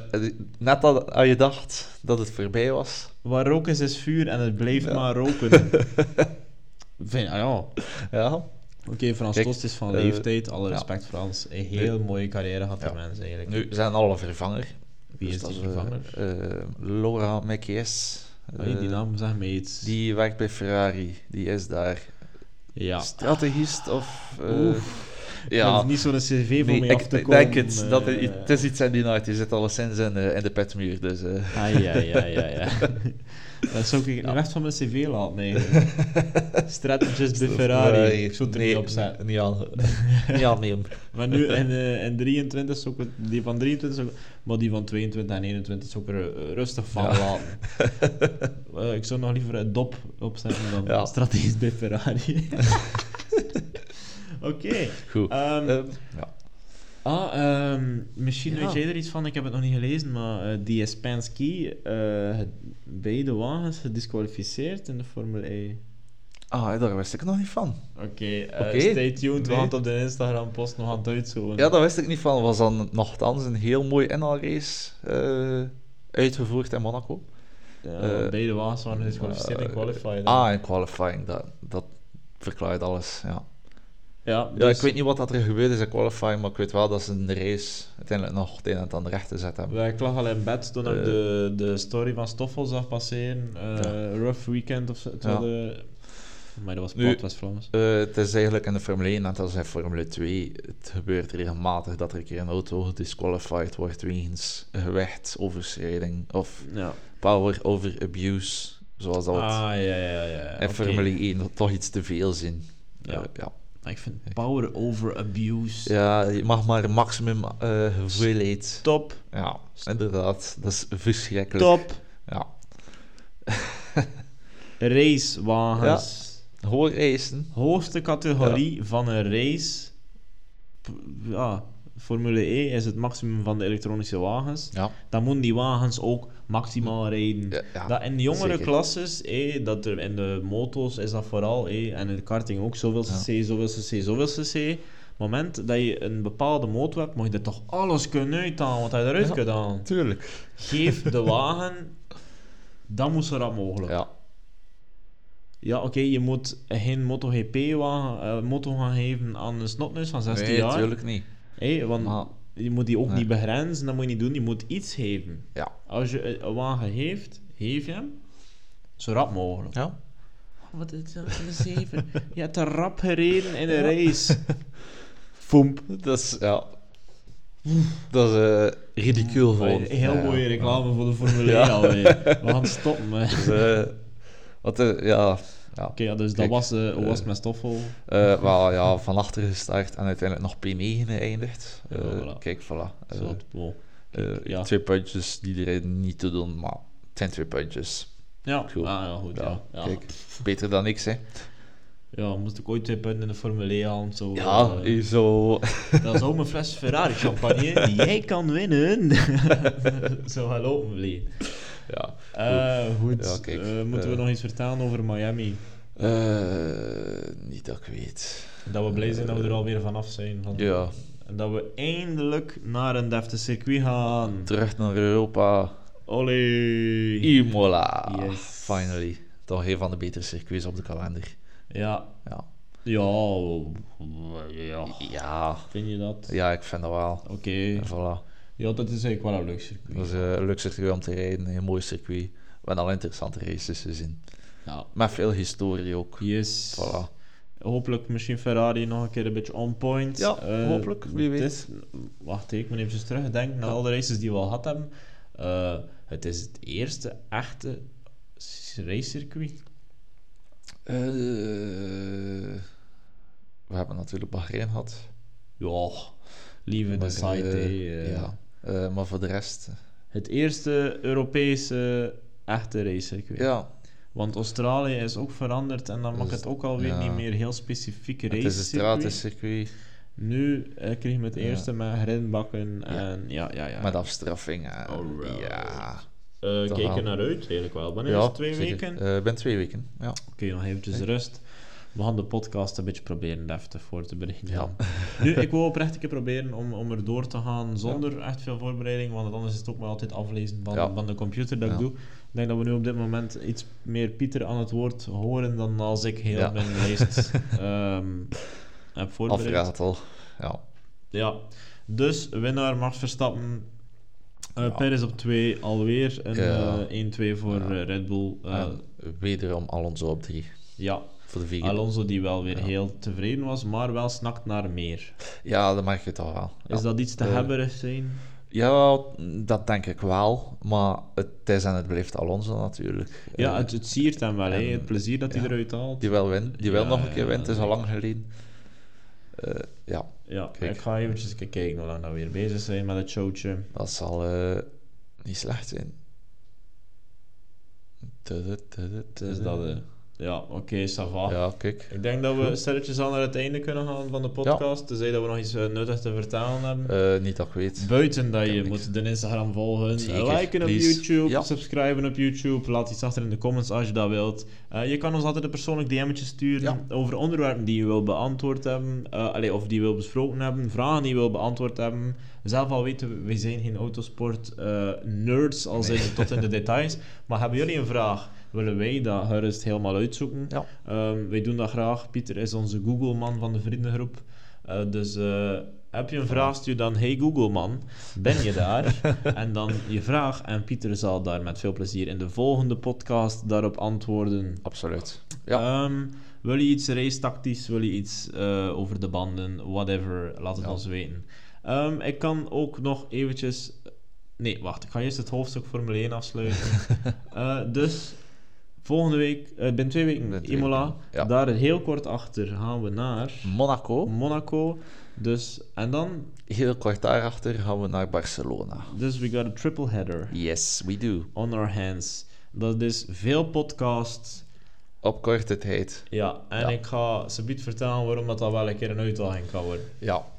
Speaker 2: net al- als je dacht dat het voorbij was.
Speaker 1: Waar rook is, is vuur en het blijft
Speaker 2: Ja.
Speaker 1: maar roken. Vind, ah, ja. Oké,
Speaker 2: Ja,
Speaker 1: Frans
Speaker 2: Kijk,
Speaker 1: Tost is van
Speaker 2: eh,
Speaker 1: leeftijd. Alle
Speaker 2: ja.
Speaker 1: respect, Frans. Een heel mooie carrière had die
Speaker 2: Ja.
Speaker 1: mens eigenlijk.
Speaker 2: nu zijn al een vervanger.
Speaker 1: Wie is
Speaker 2: dat
Speaker 1: die
Speaker 2: eh,
Speaker 1: vervanger?
Speaker 2: eh, Laura McKees.
Speaker 1: Oei, die naam zegt me iets.
Speaker 2: eh, Die werkt bij Ferrari. Die is daar
Speaker 1: ja.
Speaker 2: strategist of... eh,
Speaker 1: Oef. Dat
Speaker 2: ja,
Speaker 1: is niet zo'n cv voor
Speaker 2: Nee,
Speaker 1: mee
Speaker 2: ik
Speaker 1: af te
Speaker 2: ik
Speaker 1: komen.
Speaker 2: denk het. Dat,
Speaker 1: eh.
Speaker 2: i- het is iets aan die night. Die zit al sinds in, eh, in de petmuur. Dus, eh,
Speaker 1: Ai, ai, ai, ai, ai. Dat zou ik de rest van mijn cv laten, eigenlijk. Strategist
Speaker 2: Dus,
Speaker 1: de Ferrari. Ik zou het er niet op zijn.
Speaker 2: eh, Niet, aan, niet aannemen.
Speaker 1: Maar nu, in, eh, in 23 zou ik het- die van 23 zou ik- maar die van 22 en 21 zou ik er eh, rustig van laten. Eh, ik zou nog liever het dop opzetten dan
Speaker 2: Ja.
Speaker 1: strategisch de Ferrari. Oké.
Speaker 2: Goed.
Speaker 1: ehm,
Speaker 2: Ehm, ja.
Speaker 1: Ah, ehm, misschien
Speaker 2: Ja.
Speaker 1: weet jij er iets van, ik heb het nog niet gelezen, maar eh, die is Penske, eh, het- beide wagens gedisqualificeerd in de Formule E. 1.
Speaker 2: Ah, daar wist ik nog niet van.
Speaker 1: Oké, eh,
Speaker 2: Oké.
Speaker 1: stay tuned, we
Speaker 2: Nee.
Speaker 1: gaan het op de Instagram-post nog aan het uitzoeken.
Speaker 2: Ja, daar wist ik niet van. Was dan nogthans een heel mooi inhaalrace eh, uitgevoerd in Monaco.
Speaker 1: Ja,
Speaker 2: eh,
Speaker 1: beide wagens waren gedisqualificeerd in
Speaker 2: Eh,
Speaker 1: qualifying.
Speaker 2: Ah, in qualifying. Dat, dat verklaart alles, ja.
Speaker 1: ja,
Speaker 2: ja.
Speaker 1: dus
Speaker 2: Ik weet niet wat dat er gebeurd is in qualifying, maar ik weet wel dat ze in de race uiteindelijk nog het een en het ander recht te zetten hebben.
Speaker 1: Ik lag al in bed toen ik
Speaker 2: Eh.
Speaker 1: de, de story van Stoffel zag passeren. eh, Rough weekend of zo. het
Speaker 2: Ja.
Speaker 1: hadden- Maar dat was
Speaker 2: Nu-
Speaker 1: plat, was Vlaams.
Speaker 2: Eh, het is eigenlijk in de Formule 1, net als in Formule 2, het gebeurt regelmatig dat er een keer een auto gedisqualified wordt wegens gewichtoverschrijding of
Speaker 1: Ja.
Speaker 2: power over abuse, zoals dat we
Speaker 1: Ah,
Speaker 2: het
Speaker 1: ja, ja, ja. ja.
Speaker 2: in
Speaker 1: oké.
Speaker 2: Formule E. 1 toch iets te veel zien.
Speaker 1: Ja.
Speaker 2: Eh, ja.
Speaker 1: Maar Ik vind power over abuse.
Speaker 2: Ja, je mag maar maximum eh hoeveelheid.
Speaker 1: Top,
Speaker 2: Ja, inderdaad. Dat is verschrikkelijk.
Speaker 1: top.
Speaker 2: Ja.
Speaker 1: Racewagens.
Speaker 2: Hoor eisen.
Speaker 1: Hoogste categorie van een race. P- Ja, Formule E is het maximum van de elektronische wagens.
Speaker 2: Ja.
Speaker 1: Dan moeten die wagens ook maximaal rijden.
Speaker 2: Ja, ja,
Speaker 1: dat in de jongere
Speaker 2: zeker.
Speaker 1: klasses, eh, dat er in de motos is dat vooral, eh, en in de karting ook, zoveel cc, zoveel cc, zoveel cc. Op het moment dat je een bepaalde motor hebt, moet je er toch alles kunnen uithalen wat hij eruit
Speaker 2: Ja.
Speaker 1: kunt halen.
Speaker 2: Tuurlijk.
Speaker 1: Geef de wagen, dat moet zo rap mogelijk.
Speaker 2: Ja.
Speaker 1: Ja, oké, je moet geen MotoGP wagen, eh, moto gaan geven aan een snotneus van 16
Speaker 2: Nee,
Speaker 1: jaar.
Speaker 2: tuurlijk niet.
Speaker 1: Hé, want
Speaker 2: Maar-
Speaker 1: je moet die ook
Speaker 2: Nee.
Speaker 1: niet begrenzen, dat moet je niet doen. Je moet iets geven.
Speaker 2: Ja.
Speaker 1: Als je een- een wagen heeft, geef je hem zo rap mogelijk.
Speaker 2: Ja.
Speaker 1: Wat is dat voor een zeven? je hebt te rap gereden in een race. Foemp.
Speaker 2: Dat is, ja. Dat is eh, ridicuul gewoon.
Speaker 1: Mm, Heel
Speaker 2: Ja.
Speaker 1: mooie reclame voor de Formule 1
Speaker 2: Ja.
Speaker 1: alweer. We gaan stoppen. hè. Oké,
Speaker 2: Dus, eh, wat er, ja, ja.
Speaker 1: ja, dus dat
Speaker 2: Kijk,
Speaker 1: was, eh, hoe was het
Speaker 2: eh,
Speaker 1: met Stoffel.
Speaker 2: Eh, wel, ja, van achter gestart en uiteindelijk nog P9 geëindigd.
Speaker 1: Ja,
Speaker 2: Eh,
Speaker 1: voilà.
Speaker 2: Kijk, voilà. Eh,
Speaker 1: Zot, wow.
Speaker 2: eh,
Speaker 1: ja.
Speaker 2: Twee puntjes die iedereen niet te doen, maar het zijn twee puntjes.
Speaker 1: Ja, ah,
Speaker 2: goed.
Speaker 1: ja, goed. Ja,
Speaker 2: Ja,
Speaker 1: ja.
Speaker 2: Kijk, beter dan niks, hè.
Speaker 1: Ja, moest ik ooit twee punten in de Formule 1 halen. Zo,
Speaker 2: Ja,
Speaker 1: eh,
Speaker 2: eh, zo...
Speaker 1: dat is ook mijn fles Ferrari champagne. die Jij kan winnen. zo gaat lopen, Vleen.
Speaker 2: ja.
Speaker 1: Eh, goed,
Speaker 2: Ja, kijk,
Speaker 1: eh, moeten we
Speaker 2: eh,
Speaker 1: nog iets vertellen over Miami?
Speaker 2: Eh, niet dat ik weet.
Speaker 1: Dat we blij zijn dat we er alweer vanaf zijn. Van,
Speaker 2: Eh. Ja,
Speaker 1: En dat we eindelijk naar een deftig circuit gaan.
Speaker 2: terug naar Europa.
Speaker 1: Olé!
Speaker 2: Imola.
Speaker 1: Yes.
Speaker 2: Finally. Toch een van de betere circuits op de kalender.
Speaker 1: Ja,
Speaker 2: Ja.
Speaker 1: ja, ja.
Speaker 2: Ja.
Speaker 1: Vind je dat?
Speaker 2: Ja, ik vind dat wel.
Speaker 1: Oké.
Speaker 2: En voilà.
Speaker 1: Ja, dat is eigenlijk wel een leuk circuit.
Speaker 2: Dat is eh, een leuk circuit om te rijden. Een heel mooi circuit. We hebben al interessante races gezien.
Speaker 1: Ja.
Speaker 2: Met veel historie ook.
Speaker 1: Yes.
Speaker 2: Voilà.
Speaker 1: Hopelijk misschien Ferrari nog een keer een beetje on point.
Speaker 2: Ja,
Speaker 1: Eh,
Speaker 2: hopelijk, wie
Speaker 1: het
Speaker 2: weet.
Speaker 1: is- wacht, ik moet even terugdenken naar
Speaker 2: Ja.
Speaker 1: al de races die we al gehad hebben. Eh, het is het eerste echte s- racecircuit.
Speaker 2: Eh, we hebben natuurlijk Bahrein gehad.
Speaker 1: Ja, lieve de
Speaker 2: Maar,
Speaker 1: site.
Speaker 2: eh,
Speaker 1: eh.
Speaker 2: ja. Eh, maar voor de rest...
Speaker 1: Het eerste Europese echte racecircuit.
Speaker 2: Ja,
Speaker 1: Want Australië is ook veranderd en dan mag
Speaker 2: Dus-
Speaker 1: het ook alweer
Speaker 2: ja.
Speaker 1: niet meer heel specifiek
Speaker 2: het is een
Speaker 1: racecircuit.
Speaker 2: stratencircuit.
Speaker 1: Nu eh, kreeg ik het
Speaker 2: Ja.
Speaker 1: eerste met grindbakken en ja, ja, ja.
Speaker 2: Met afstraffing. eh,
Speaker 1: Alright.
Speaker 2: Ja.
Speaker 1: Eh,
Speaker 2: Dat
Speaker 1: kijk er
Speaker 2: wel.
Speaker 1: naar uit, eigenlijk wel. Wanneer is
Speaker 2: ja,
Speaker 1: het? Twee
Speaker 2: zeker.
Speaker 1: weken? Oké,
Speaker 2: Eh, ik ben twee weken, ja.
Speaker 1: nog eventjes
Speaker 2: Hey.
Speaker 1: rust. We gaan de podcast een beetje proberen deftig voor te bereiden.
Speaker 2: Ja.
Speaker 1: nu, ik wil oprecht een keer proberen om, om er door te gaan zonder echt veel voorbereiding, want anders is het ook maar altijd aflezen van,
Speaker 2: Ja.
Speaker 1: van de computer dat ik
Speaker 2: Ja.
Speaker 1: doe. Ik denk dat we nu op dit moment iets meer Pieter aan het woord horen dan als ik heel
Speaker 2: Ja.
Speaker 1: mijn lijst ehm, heb voorbereid.
Speaker 2: Afratel. Ja.
Speaker 1: Ja, dus winnaar Max Verstappen. Eh
Speaker 2: Ja.
Speaker 1: Perez op 2 alweer. En
Speaker 2: Ja.
Speaker 1: eh, 1-2 voor
Speaker 2: Ja.
Speaker 1: eh, Red Bull. Eh,
Speaker 2: En wederom Alonso op drie.
Speaker 1: ja,
Speaker 2: Voor de vegan.
Speaker 1: Alonso die wel weer
Speaker 2: Ja.
Speaker 1: heel tevreden was, maar wel snakt naar meer.
Speaker 2: Ja, dat mag je toch wel. Ja.
Speaker 1: Is dat iets te
Speaker 2: Eh,
Speaker 1: hebben zijn?
Speaker 2: Ja, dat denk ik wel. Maar het is en het blijft Alonso natuurlijk.
Speaker 1: Ja,
Speaker 2: Eh,
Speaker 1: het, het siert hem wel, hè.
Speaker 2: en-
Speaker 1: het plezier dat hij
Speaker 2: ja.
Speaker 1: eruit haalt.
Speaker 2: Die wil, win, die wil
Speaker 1: Ja,
Speaker 2: nog een keer
Speaker 1: ja,
Speaker 2: winnen, het is al
Speaker 1: ja.
Speaker 2: lang geleden. Eh, ja,
Speaker 1: Ja,
Speaker 2: Kijk.
Speaker 1: ik ga eventjes een keer kijken hoe lang dat we weer bezig zijn met het showtje.
Speaker 2: dat zal eh, niet slecht zijn. Tudu, tudu,
Speaker 1: Het is
Speaker 2: tudu.
Speaker 1: dat, eh, ah. ja, oké, ça va.
Speaker 2: Dus Ja, kijk.
Speaker 1: Ik denk dat we sterretjes al naar het einde kunnen gaan van de podcast. Tenzij dat we nog iets eh, nuttigs te vertellen hebben.
Speaker 2: Eh, niet dat ik weet.
Speaker 1: Buiten dat
Speaker 2: Ik
Speaker 1: je
Speaker 2: heb
Speaker 1: moet de Instagram volgen,
Speaker 2: Zeker,
Speaker 1: liken op
Speaker 2: please.
Speaker 1: YouTube,
Speaker 2: Ja.
Speaker 1: subscriben op YouTube, laat iets achter in de comments als je dat wilt. Eh, je kan ons altijd een persoonlijk DM'tje sturen
Speaker 2: Ja.
Speaker 1: over onderwerpen die je wil beantwoord hebben, eh, allee, of die je wil besproken hebben, vragen die je wil beantwoord hebben. Zelf al weten, we zijn geen autosport eh, nerds, al zijn we tot in de details. Maar hebben jullie een vraag? Willen wij dat gerust helemaal uitzoeken?
Speaker 2: Ja.
Speaker 1: Ehm, wij doen dat graag. Pieter is onze Google-man van de vriendengroep. Eh, dus eh, heb je een vraag, stuur dan: Hey Google-man, ben je daar? en dan je vraag. En Pieter zal daar met veel plezier in de volgende podcast daarop antwoorden.
Speaker 2: Absoluut. Ja,
Speaker 1: Ehm, wil je iets race-tactisch? Wil je iets eh, over de banden? Whatever, laat het
Speaker 2: Ja.
Speaker 1: ons weten. Ehm, ik kan ook nog eventjes... Nee, wacht. Ik ga eerst het hoofdstuk Formule 1 afsluiten. Eh, dus, volgende week... eh, binnen twee weken,
Speaker 2: Binnen twee
Speaker 1: Imola.
Speaker 2: weken, ja.
Speaker 1: Daar heel kort achter gaan we naar
Speaker 2: Monaco.
Speaker 1: Monaco. Dus, en dan...
Speaker 2: Heel kort daarachter gaan we naar Barcelona.
Speaker 1: Dus we got a triple header
Speaker 2: Yes, we do.
Speaker 1: on our hands. Dat is veel podcasts.
Speaker 2: Op korte tijd.
Speaker 1: Ja, en
Speaker 2: Ja.
Speaker 1: ik ga subiet vertellen waarom dat, dat wel een keer een uitdaging kan worden.
Speaker 2: Ja.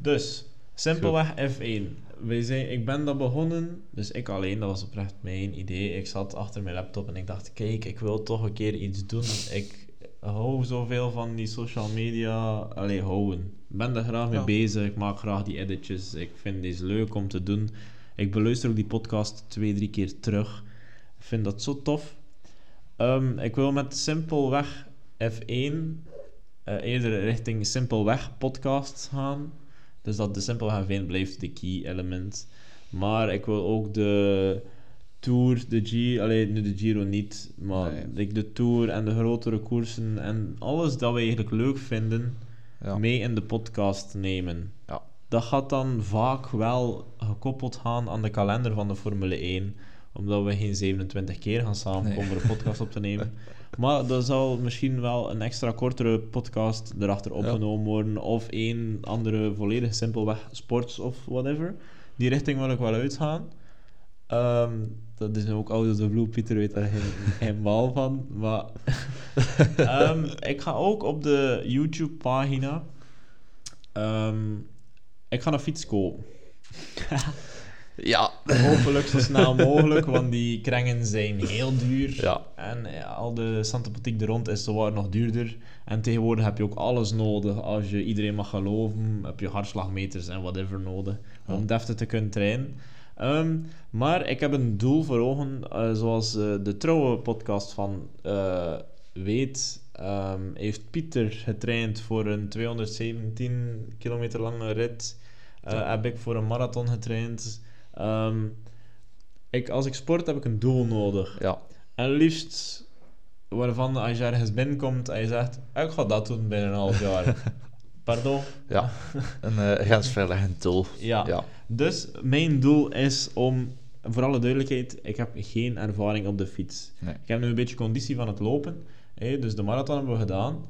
Speaker 1: Dus, simpelweg F1. Wij zijn, ik ben dat begonnen, dus ik alleen, dat was oprecht mijn idee. Ik zat achter mijn laptop en ik dacht, kijk, ik wil toch een keer iets doen. Ik hou zoveel van die social media, allee, houden. Ik ben er graag mee
Speaker 2: Ja.
Speaker 1: bezig, ik maak graag die editjes, ik vind deze leuk om te doen. Ik beluister ook die podcast twee, drie keer terug. Ik vind dat zo tof. Ehm, ik wil met simpelweg F1 eh, eerder richting simpelweg podcasts gaan. Dus dat de simpelweg F1 blijft de key element. Maar ik wil ook de Tour, de G, alleen nu de Giro niet, maar
Speaker 2: Nee.
Speaker 1: ik de Tour en de grotere koersen en alles dat we eigenlijk leuk vinden
Speaker 2: Ja.
Speaker 1: mee in de podcast nemen.
Speaker 2: Ja.
Speaker 1: dat gaat dan vaak wel gekoppeld gaan aan de kalender van de Formule 1. Omdat we geen 27 keer gaan samenkomen
Speaker 2: Nee.
Speaker 1: om een podcast op te nemen. Maar er zal misschien wel een extra kortere podcast erachter opgenomen worden. Of één andere volledig simpelweg sports of whatever. Die richting wil ik wel uitgaan. Ehm, dat is nu ook oud als de vloer. Pieter weet daar geen, geen bal van. Maar Ehm, ik ga ook op de YouTube-pagina. ehm, ik ga een fiets kopen.
Speaker 2: Ja.
Speaker 1: Hopelijk zo snel mogelijk, want die krengen zijn heel duur.
Speaker 2: Ja.
Speaker 1: En eh, al de Santapotiek er rond is zowaar nog duurder. En tegenwoordig heb je ook alles nodig. Als je iedereen mag geloven, heb je hartslagmeters en whatever nodig. Om deftig te kunnen trainen. Ehm, maar ik heb een doel voor ogen, eh, zoals eh, de trouwe podcast van eh, weet. ehm, heeft Pieter getraind voor een 217 kilometer lange rit? Eh, Heb ik voor een marathon getraind? Ehm, ik, als ik sport heb ik een doel nodig.
Speaker 2: Ja.
Speaker 1: En liefst waarvan als je ergens binnenkomt en je zegt, "Ah, ik ga dat doen binnen een half jaar. Pardon?
Speaker 2: Ja. Een uh, grensverleggend doel.
Speaker 1: Ja.
Speaker 2: Ja.
Speaker 1: Dus mijn doel is om, voor alle duidelijkheid, ik heb geen ervaring op de fiets.
Speaker 2: Nee.
Speaker 1: Ik heb nu een beetje conditie van het lopen, hè, dus de marathon hebben we gedaan.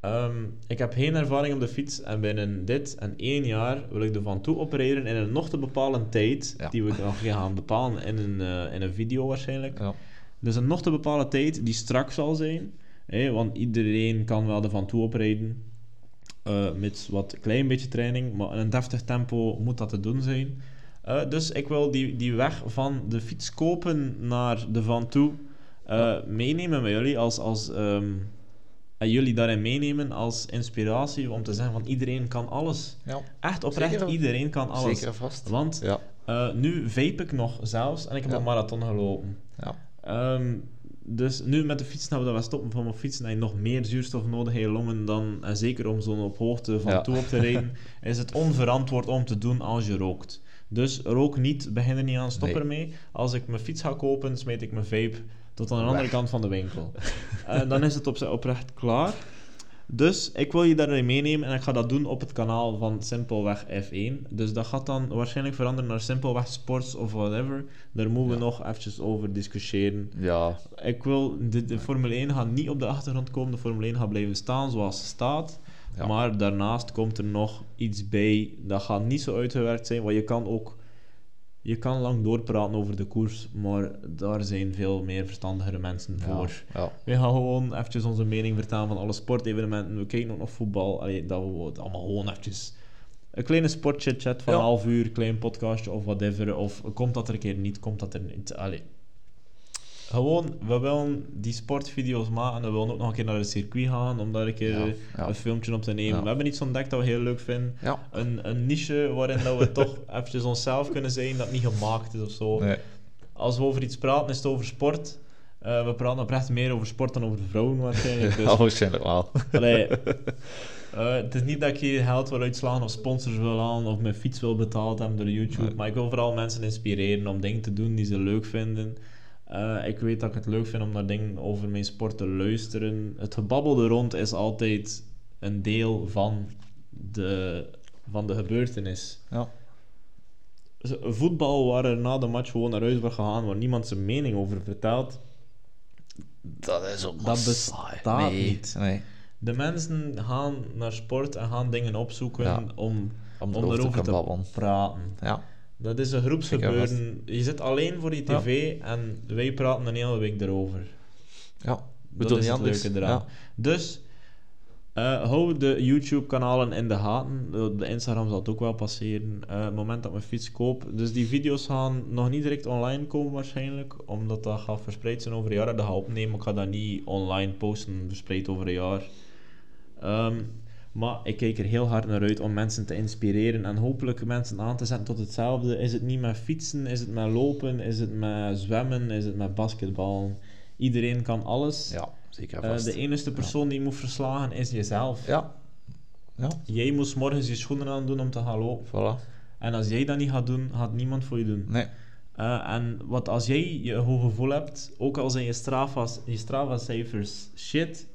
Speaker 1: Ehm, ik heb geen ervaring op de fiets en binnen dit en één jaar wil ik ervan toe opereren in een nog te bepalen tijd,
Speaker 2: Ja.
Speaker 1: die we nog gaan bepalen in een, eh, in een video waarschijnlijk.
Speaker 2: Ja.
Speaker 1: Dus een nog te bepalen tijd die strak zal zijn. Hè, want iedereen kan wel ervan toe oprijden. eh met wat klein beetje training. Maar in een deftig tempo moet dat te doen zijn. Eh, dus ik wil die, die weg van de fiets kopen naar de van toe eh, meenemen met jullie. Als, als, ehm, en jullie daarin meenemen als inspiratie. Om te zeggen van iedereen kan alles.
Speaker 2: Ja.
Speaker 1: Echt oprecht,
Speaker 2: Zeker.
Speaker 1: iedereen kan alles.
Speaker 2: Zeker en vast.
Speaker 1: Want
Speaker 2: Ja.
Speaker 1: eh, nu vape ik nog zelfs. En ik heb
Speaker 2: Ja.
Speaker 1: een marathon gelopen.
Speaker 2: Ja.
Speaker 1: Ehm, dus nu met de fiets nou we dat wel stoppen van mijn fiets. Dan heb je nog meer zuurstof nodig in je longen dan... En zeker om zo'n op hoogte van
Speaker 2: Ja.
Speaker 1: toe op te rijden, is het onverantwoord om te doen als je rookt. Dus rook niet, begin er niet aan, stop
Speaker 2: Nee.
Speaker 1: ermee. Als ik mijn fiets ga kopen, smijt ik mijn vape tot aan de andere
Speaker 2: Weg.
Speaker 1: kant van de winkel. Eh, dan is het op, oprecht klaar. Dus ik wil je daarin meenemen en ik ga dat doen op het kanaal van Simpelweg F1. Dus dat gaat dan waarschijnlijk veranderen naar Simpelweg Sports of whatever. Daar moeten we nog eventjes over discussiëren.
Speaker 2: Ja.
Speaker 1: Ik wil, de, de Formule 1 gaat niet op de achtergrond komen, de Formule 1 gaat blijven staan zoals ze staat.
Speaker 2: Ja.
Speaker 1: Maar daarnaast komt er nog iets bij, dat gaat niet zo uitgewerkt zijn, want je kan ook je kan lang doorpraten over de koers, maar daar zijn veel meer verstandigere mensen voor.
Speaker 2: Ja.
Speaker 1: We gaan gewoon eventjes onze mening vertalen van alle sportevenementen. We kijken ook nog voetbal. Allee, dat we het allemaal gewoon eventjes... Een kleine sportchit-chat van
Speaker 2: Ja.
Speaker 1: een half uur, klein podcastje of whatever. Of komt dat er een keer niet, komt dat er niet. Allee. Gewoon, we willen die sportvideo's maken en we willen ook nog een keer naar het circuit gaan om daar een keer
Speaker 2: Ja,
Speaker 1: eh,
Speaker 2: ja.
Speaker 1: een filmpje op te nemen.
Speaker 2: Ja.
Speaker 1: We hebben iets ontdekt dat we heel leuk vinden.
Speaker 2: Ja.
Speaker 1: Een, een niche waarin dat we toch eventjes onszelf kunnen zijn, dat niet gemaakt is of zo
Speaker 2: Nee.
Speaker 1: als we over iets praten, is het over sport. Eh, we praten oprecht meer over sport dan over vrouwen waarschijnlijk. Dus,
Speaker 2: Ja, waarschijnlijk wel.
Speaker 1: allee, eh, het is niet dat ik hier geld wil uitslaan of sponsors wil halen of mijn fiets wil betaald hebben door YouTube.
Speaker 2: Nee.
Speaker 1: Maar ik wil vooral mensen inspireren om dingen te doen die ze leuk vinden. Eh, ik weet dat ik het leuk vind om naar dingen over mijn sport te luisteren. Het gebabbel er rond is altijd een deel van de, van de gebeurtenis.
Speaker 2: Ja.
Speaker 1: Dus voetbal waar er na de match gewoon naar huis wordt gegaan, waar niemand zijn mening over vertelt.
Speaker 2: Dat is ook
Speaker 1: Dat
Speaker 2: saai.
Speaker 1: bestaat
Speaker 2: nee.
Speaker 1: niet.
Speaker 2: Nee.
Speaker 1: De mensen gaan naar sport en gaan dingen opzoeken
Speaker 2: Ja.
Speaker 1: om, om
Speaker 2: Om erover te
Speaker 1: erover te,
Speaker 2: kunnen babbelen.
Speaker 1: praten.
Speaker 2: Ja.
Speaker 1: Dat is een groepsgebeuren. Je zit alleen voor die
Speaker 2: Ja.
Speaker 1: tv en wij praten een hele week erover.
Speaker 2: Ja. We
Speaker 1: Dat
Speaker 2: doen
Speaker 1: is
Speaker 2: niet
Speaker 1: het
Speaker 2: anders.
Speaker 1: leuke eraan.
Speaker 2: Ja.
Speaker 1: Dus eh, hou de YouTube-kanalen in de gaten. Eh, De Instagram zal het ook wel passeren. Eh, het moment dat mijn fiets koop. Dus die video's gaan nog niet direct online komen waarschijnlijk. Omdat dat gaat verspreid zijn over een jaar. En Dat ga ik opnemen. Ik ga dat niet online posten, verspreid over een jaar. Ehm, maar ik kijk er heel hard naar uit om mensen te inspireren en hopelijk mensen aan te zetten tot hetzelfde. Is het niet met fietsen, is het met lopen, is het met zwemmen, is het met basketballen? Iedereen kan alles.
Speaker 2: Ja, zeker en
Speaker 1: Eh,
Speaker 2: vast.
Speaker 1: de enige persoon die je moet verslagen is jezelf.
Speaker 2: Ja. Ja,
Speaker 1: Jij moet 's morgens je schoenen aandoen om te gaan lopen.
Speaker 2: voilà.
Speaker 1: En als jij dat niet gaat doen, gaat niemand voor je doen.
Speaker 2: Nee.
Speaker 1: Eh, en wat als jij je goed gevoel hebt, ook al zijn je Strava's, je Strava-cijfers shit,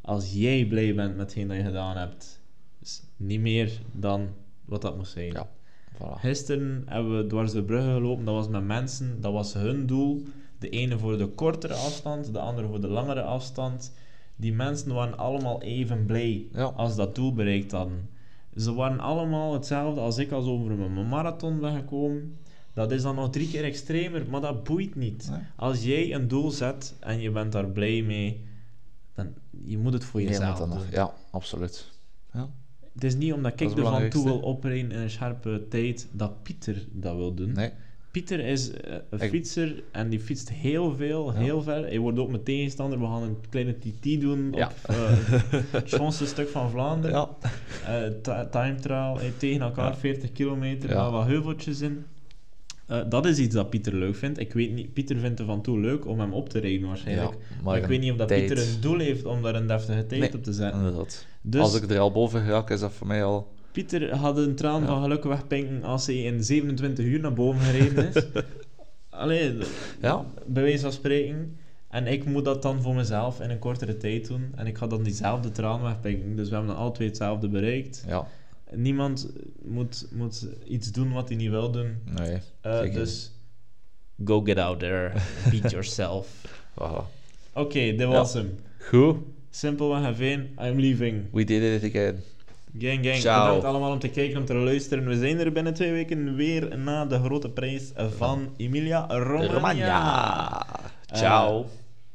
Speaker 1: als jij blij bent met hetgeen dat je gedaan hebt, is niet meer dan wat dat moest zijn.
Speaker 2: Ja, voilà.
Speaker 1: Gisteren hebben we dwars de bruggen gelopen. Dat was met mensen. Dat was hun doel. De ene voor de kortere afstand, de andere voor de langere afstand. Die mensen waren allemaal even blij
Speaker 2: Ja.
Speaker 1: als dat doel bereikt hadden. Ze waren allemaal hetzelfde als ik als over mijn marathon ben gekomen. Dat is dan nog drie keer extremer, maar dat boeit niet.
Speaker 2: Nee.
Speaker 1: Als jij een doel zet en je bent daar blij mee, dan je moet het voor
Speaker 2: Jij moet
Speaker 1: jezelf
Speaker 2: dat
Speaker 1: doen.
Speaker 2: nog- Ja, absoluut. Ja.
Speaker 1: Het is niet omdat
Speaker 2: is
Speaker 1: ik
Speaker 2: het
Speaker 1: er van toe
Speaker 2: belangrijkste.
Speaker 1: wil oprijden in een scherpe tijd dat Pieter dat wil doen.
Speaker 2: Nee,
Speaker 1: Pieter is eh, een
Speaker 2: Ik-
Speaker 1: fietser en die fietst heel veel, heel ver. Hij wordt ook mijn tegenstander. We gaan een kleine TT doen
Speaker 2: Ja.
Speaker 1: op eh, het schoonste stuk van Vlaanderen.
Speaker 2: ja.
Speaker 1: Eh, ti- time trial, eh, tegen elkaar
Speaker 2: Ja.
Speaker 1: 40 kilometer,
Speaker 2: Ja.
Speaker 1: maar wat heuveltjes in. Eh, dat is iets dat Pieter leuk vindt. Ik weet niet, Pieter vindt het van toe leuk om hem op te rijden waarschijnlijk.
Speaker 2: Ja, maar
Speaker 1: maar ik
Speaker 2: een
Speaker 1: weet niet of dat
Speaker 2: tijd-
Speaker 1: Pieter een doel heeft om daar een deftige tijd
Speaker 2: Nee.
Speaker 1: op te zetten.
Speaker 2: Inderdaad.
Speaker 1: Dus-
Speaker 2: Als ik er al boven raak, is dat voor mij al...
Speaker 1: Pieter had een traan van geluk wegpinken als hij in 27 uur naar boven gereden is. Allee,
Speaker 2: Ja,
Speaker 1: bij wijze van spreken. En ik moet dat dan voor mezelf in een kortere tijd doen. En ik ga dan diezelfde traan wegpinken. Dus we hebben dan alle twee hetzelfde bereikt.
Speaker 2: ja.
Speaker 1: Niemand moet, moet iets doen wat hij niet wil doen.
Speaker 2: Nee,
Speaker 1: Eh,
Speaker 2: Zeker.
Speaker 1: dus go get out there. Beat yourself.
Speaker 2: voilà.
Speaker 1: Oké, dit was hem.
Speaker 2: Goed,
Speaker 1: Simpelweg en veen. I'm leaving.
Speaker 2: we did it again.
Speaker 1: Gang, gang.
Speaker 2: Ciao.
Speaker 1: Bedankt allemaal om te kijken, om te luisteren. We zijn er binnen twee weken weer na de grote prijs van Emilia Romagna.
Speaker 2: Romagna. Ciao.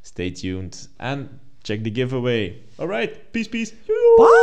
Speaker 1: Stay tuned and check the giveaway. Alright, peace, peace.
Speaker 2: Bye.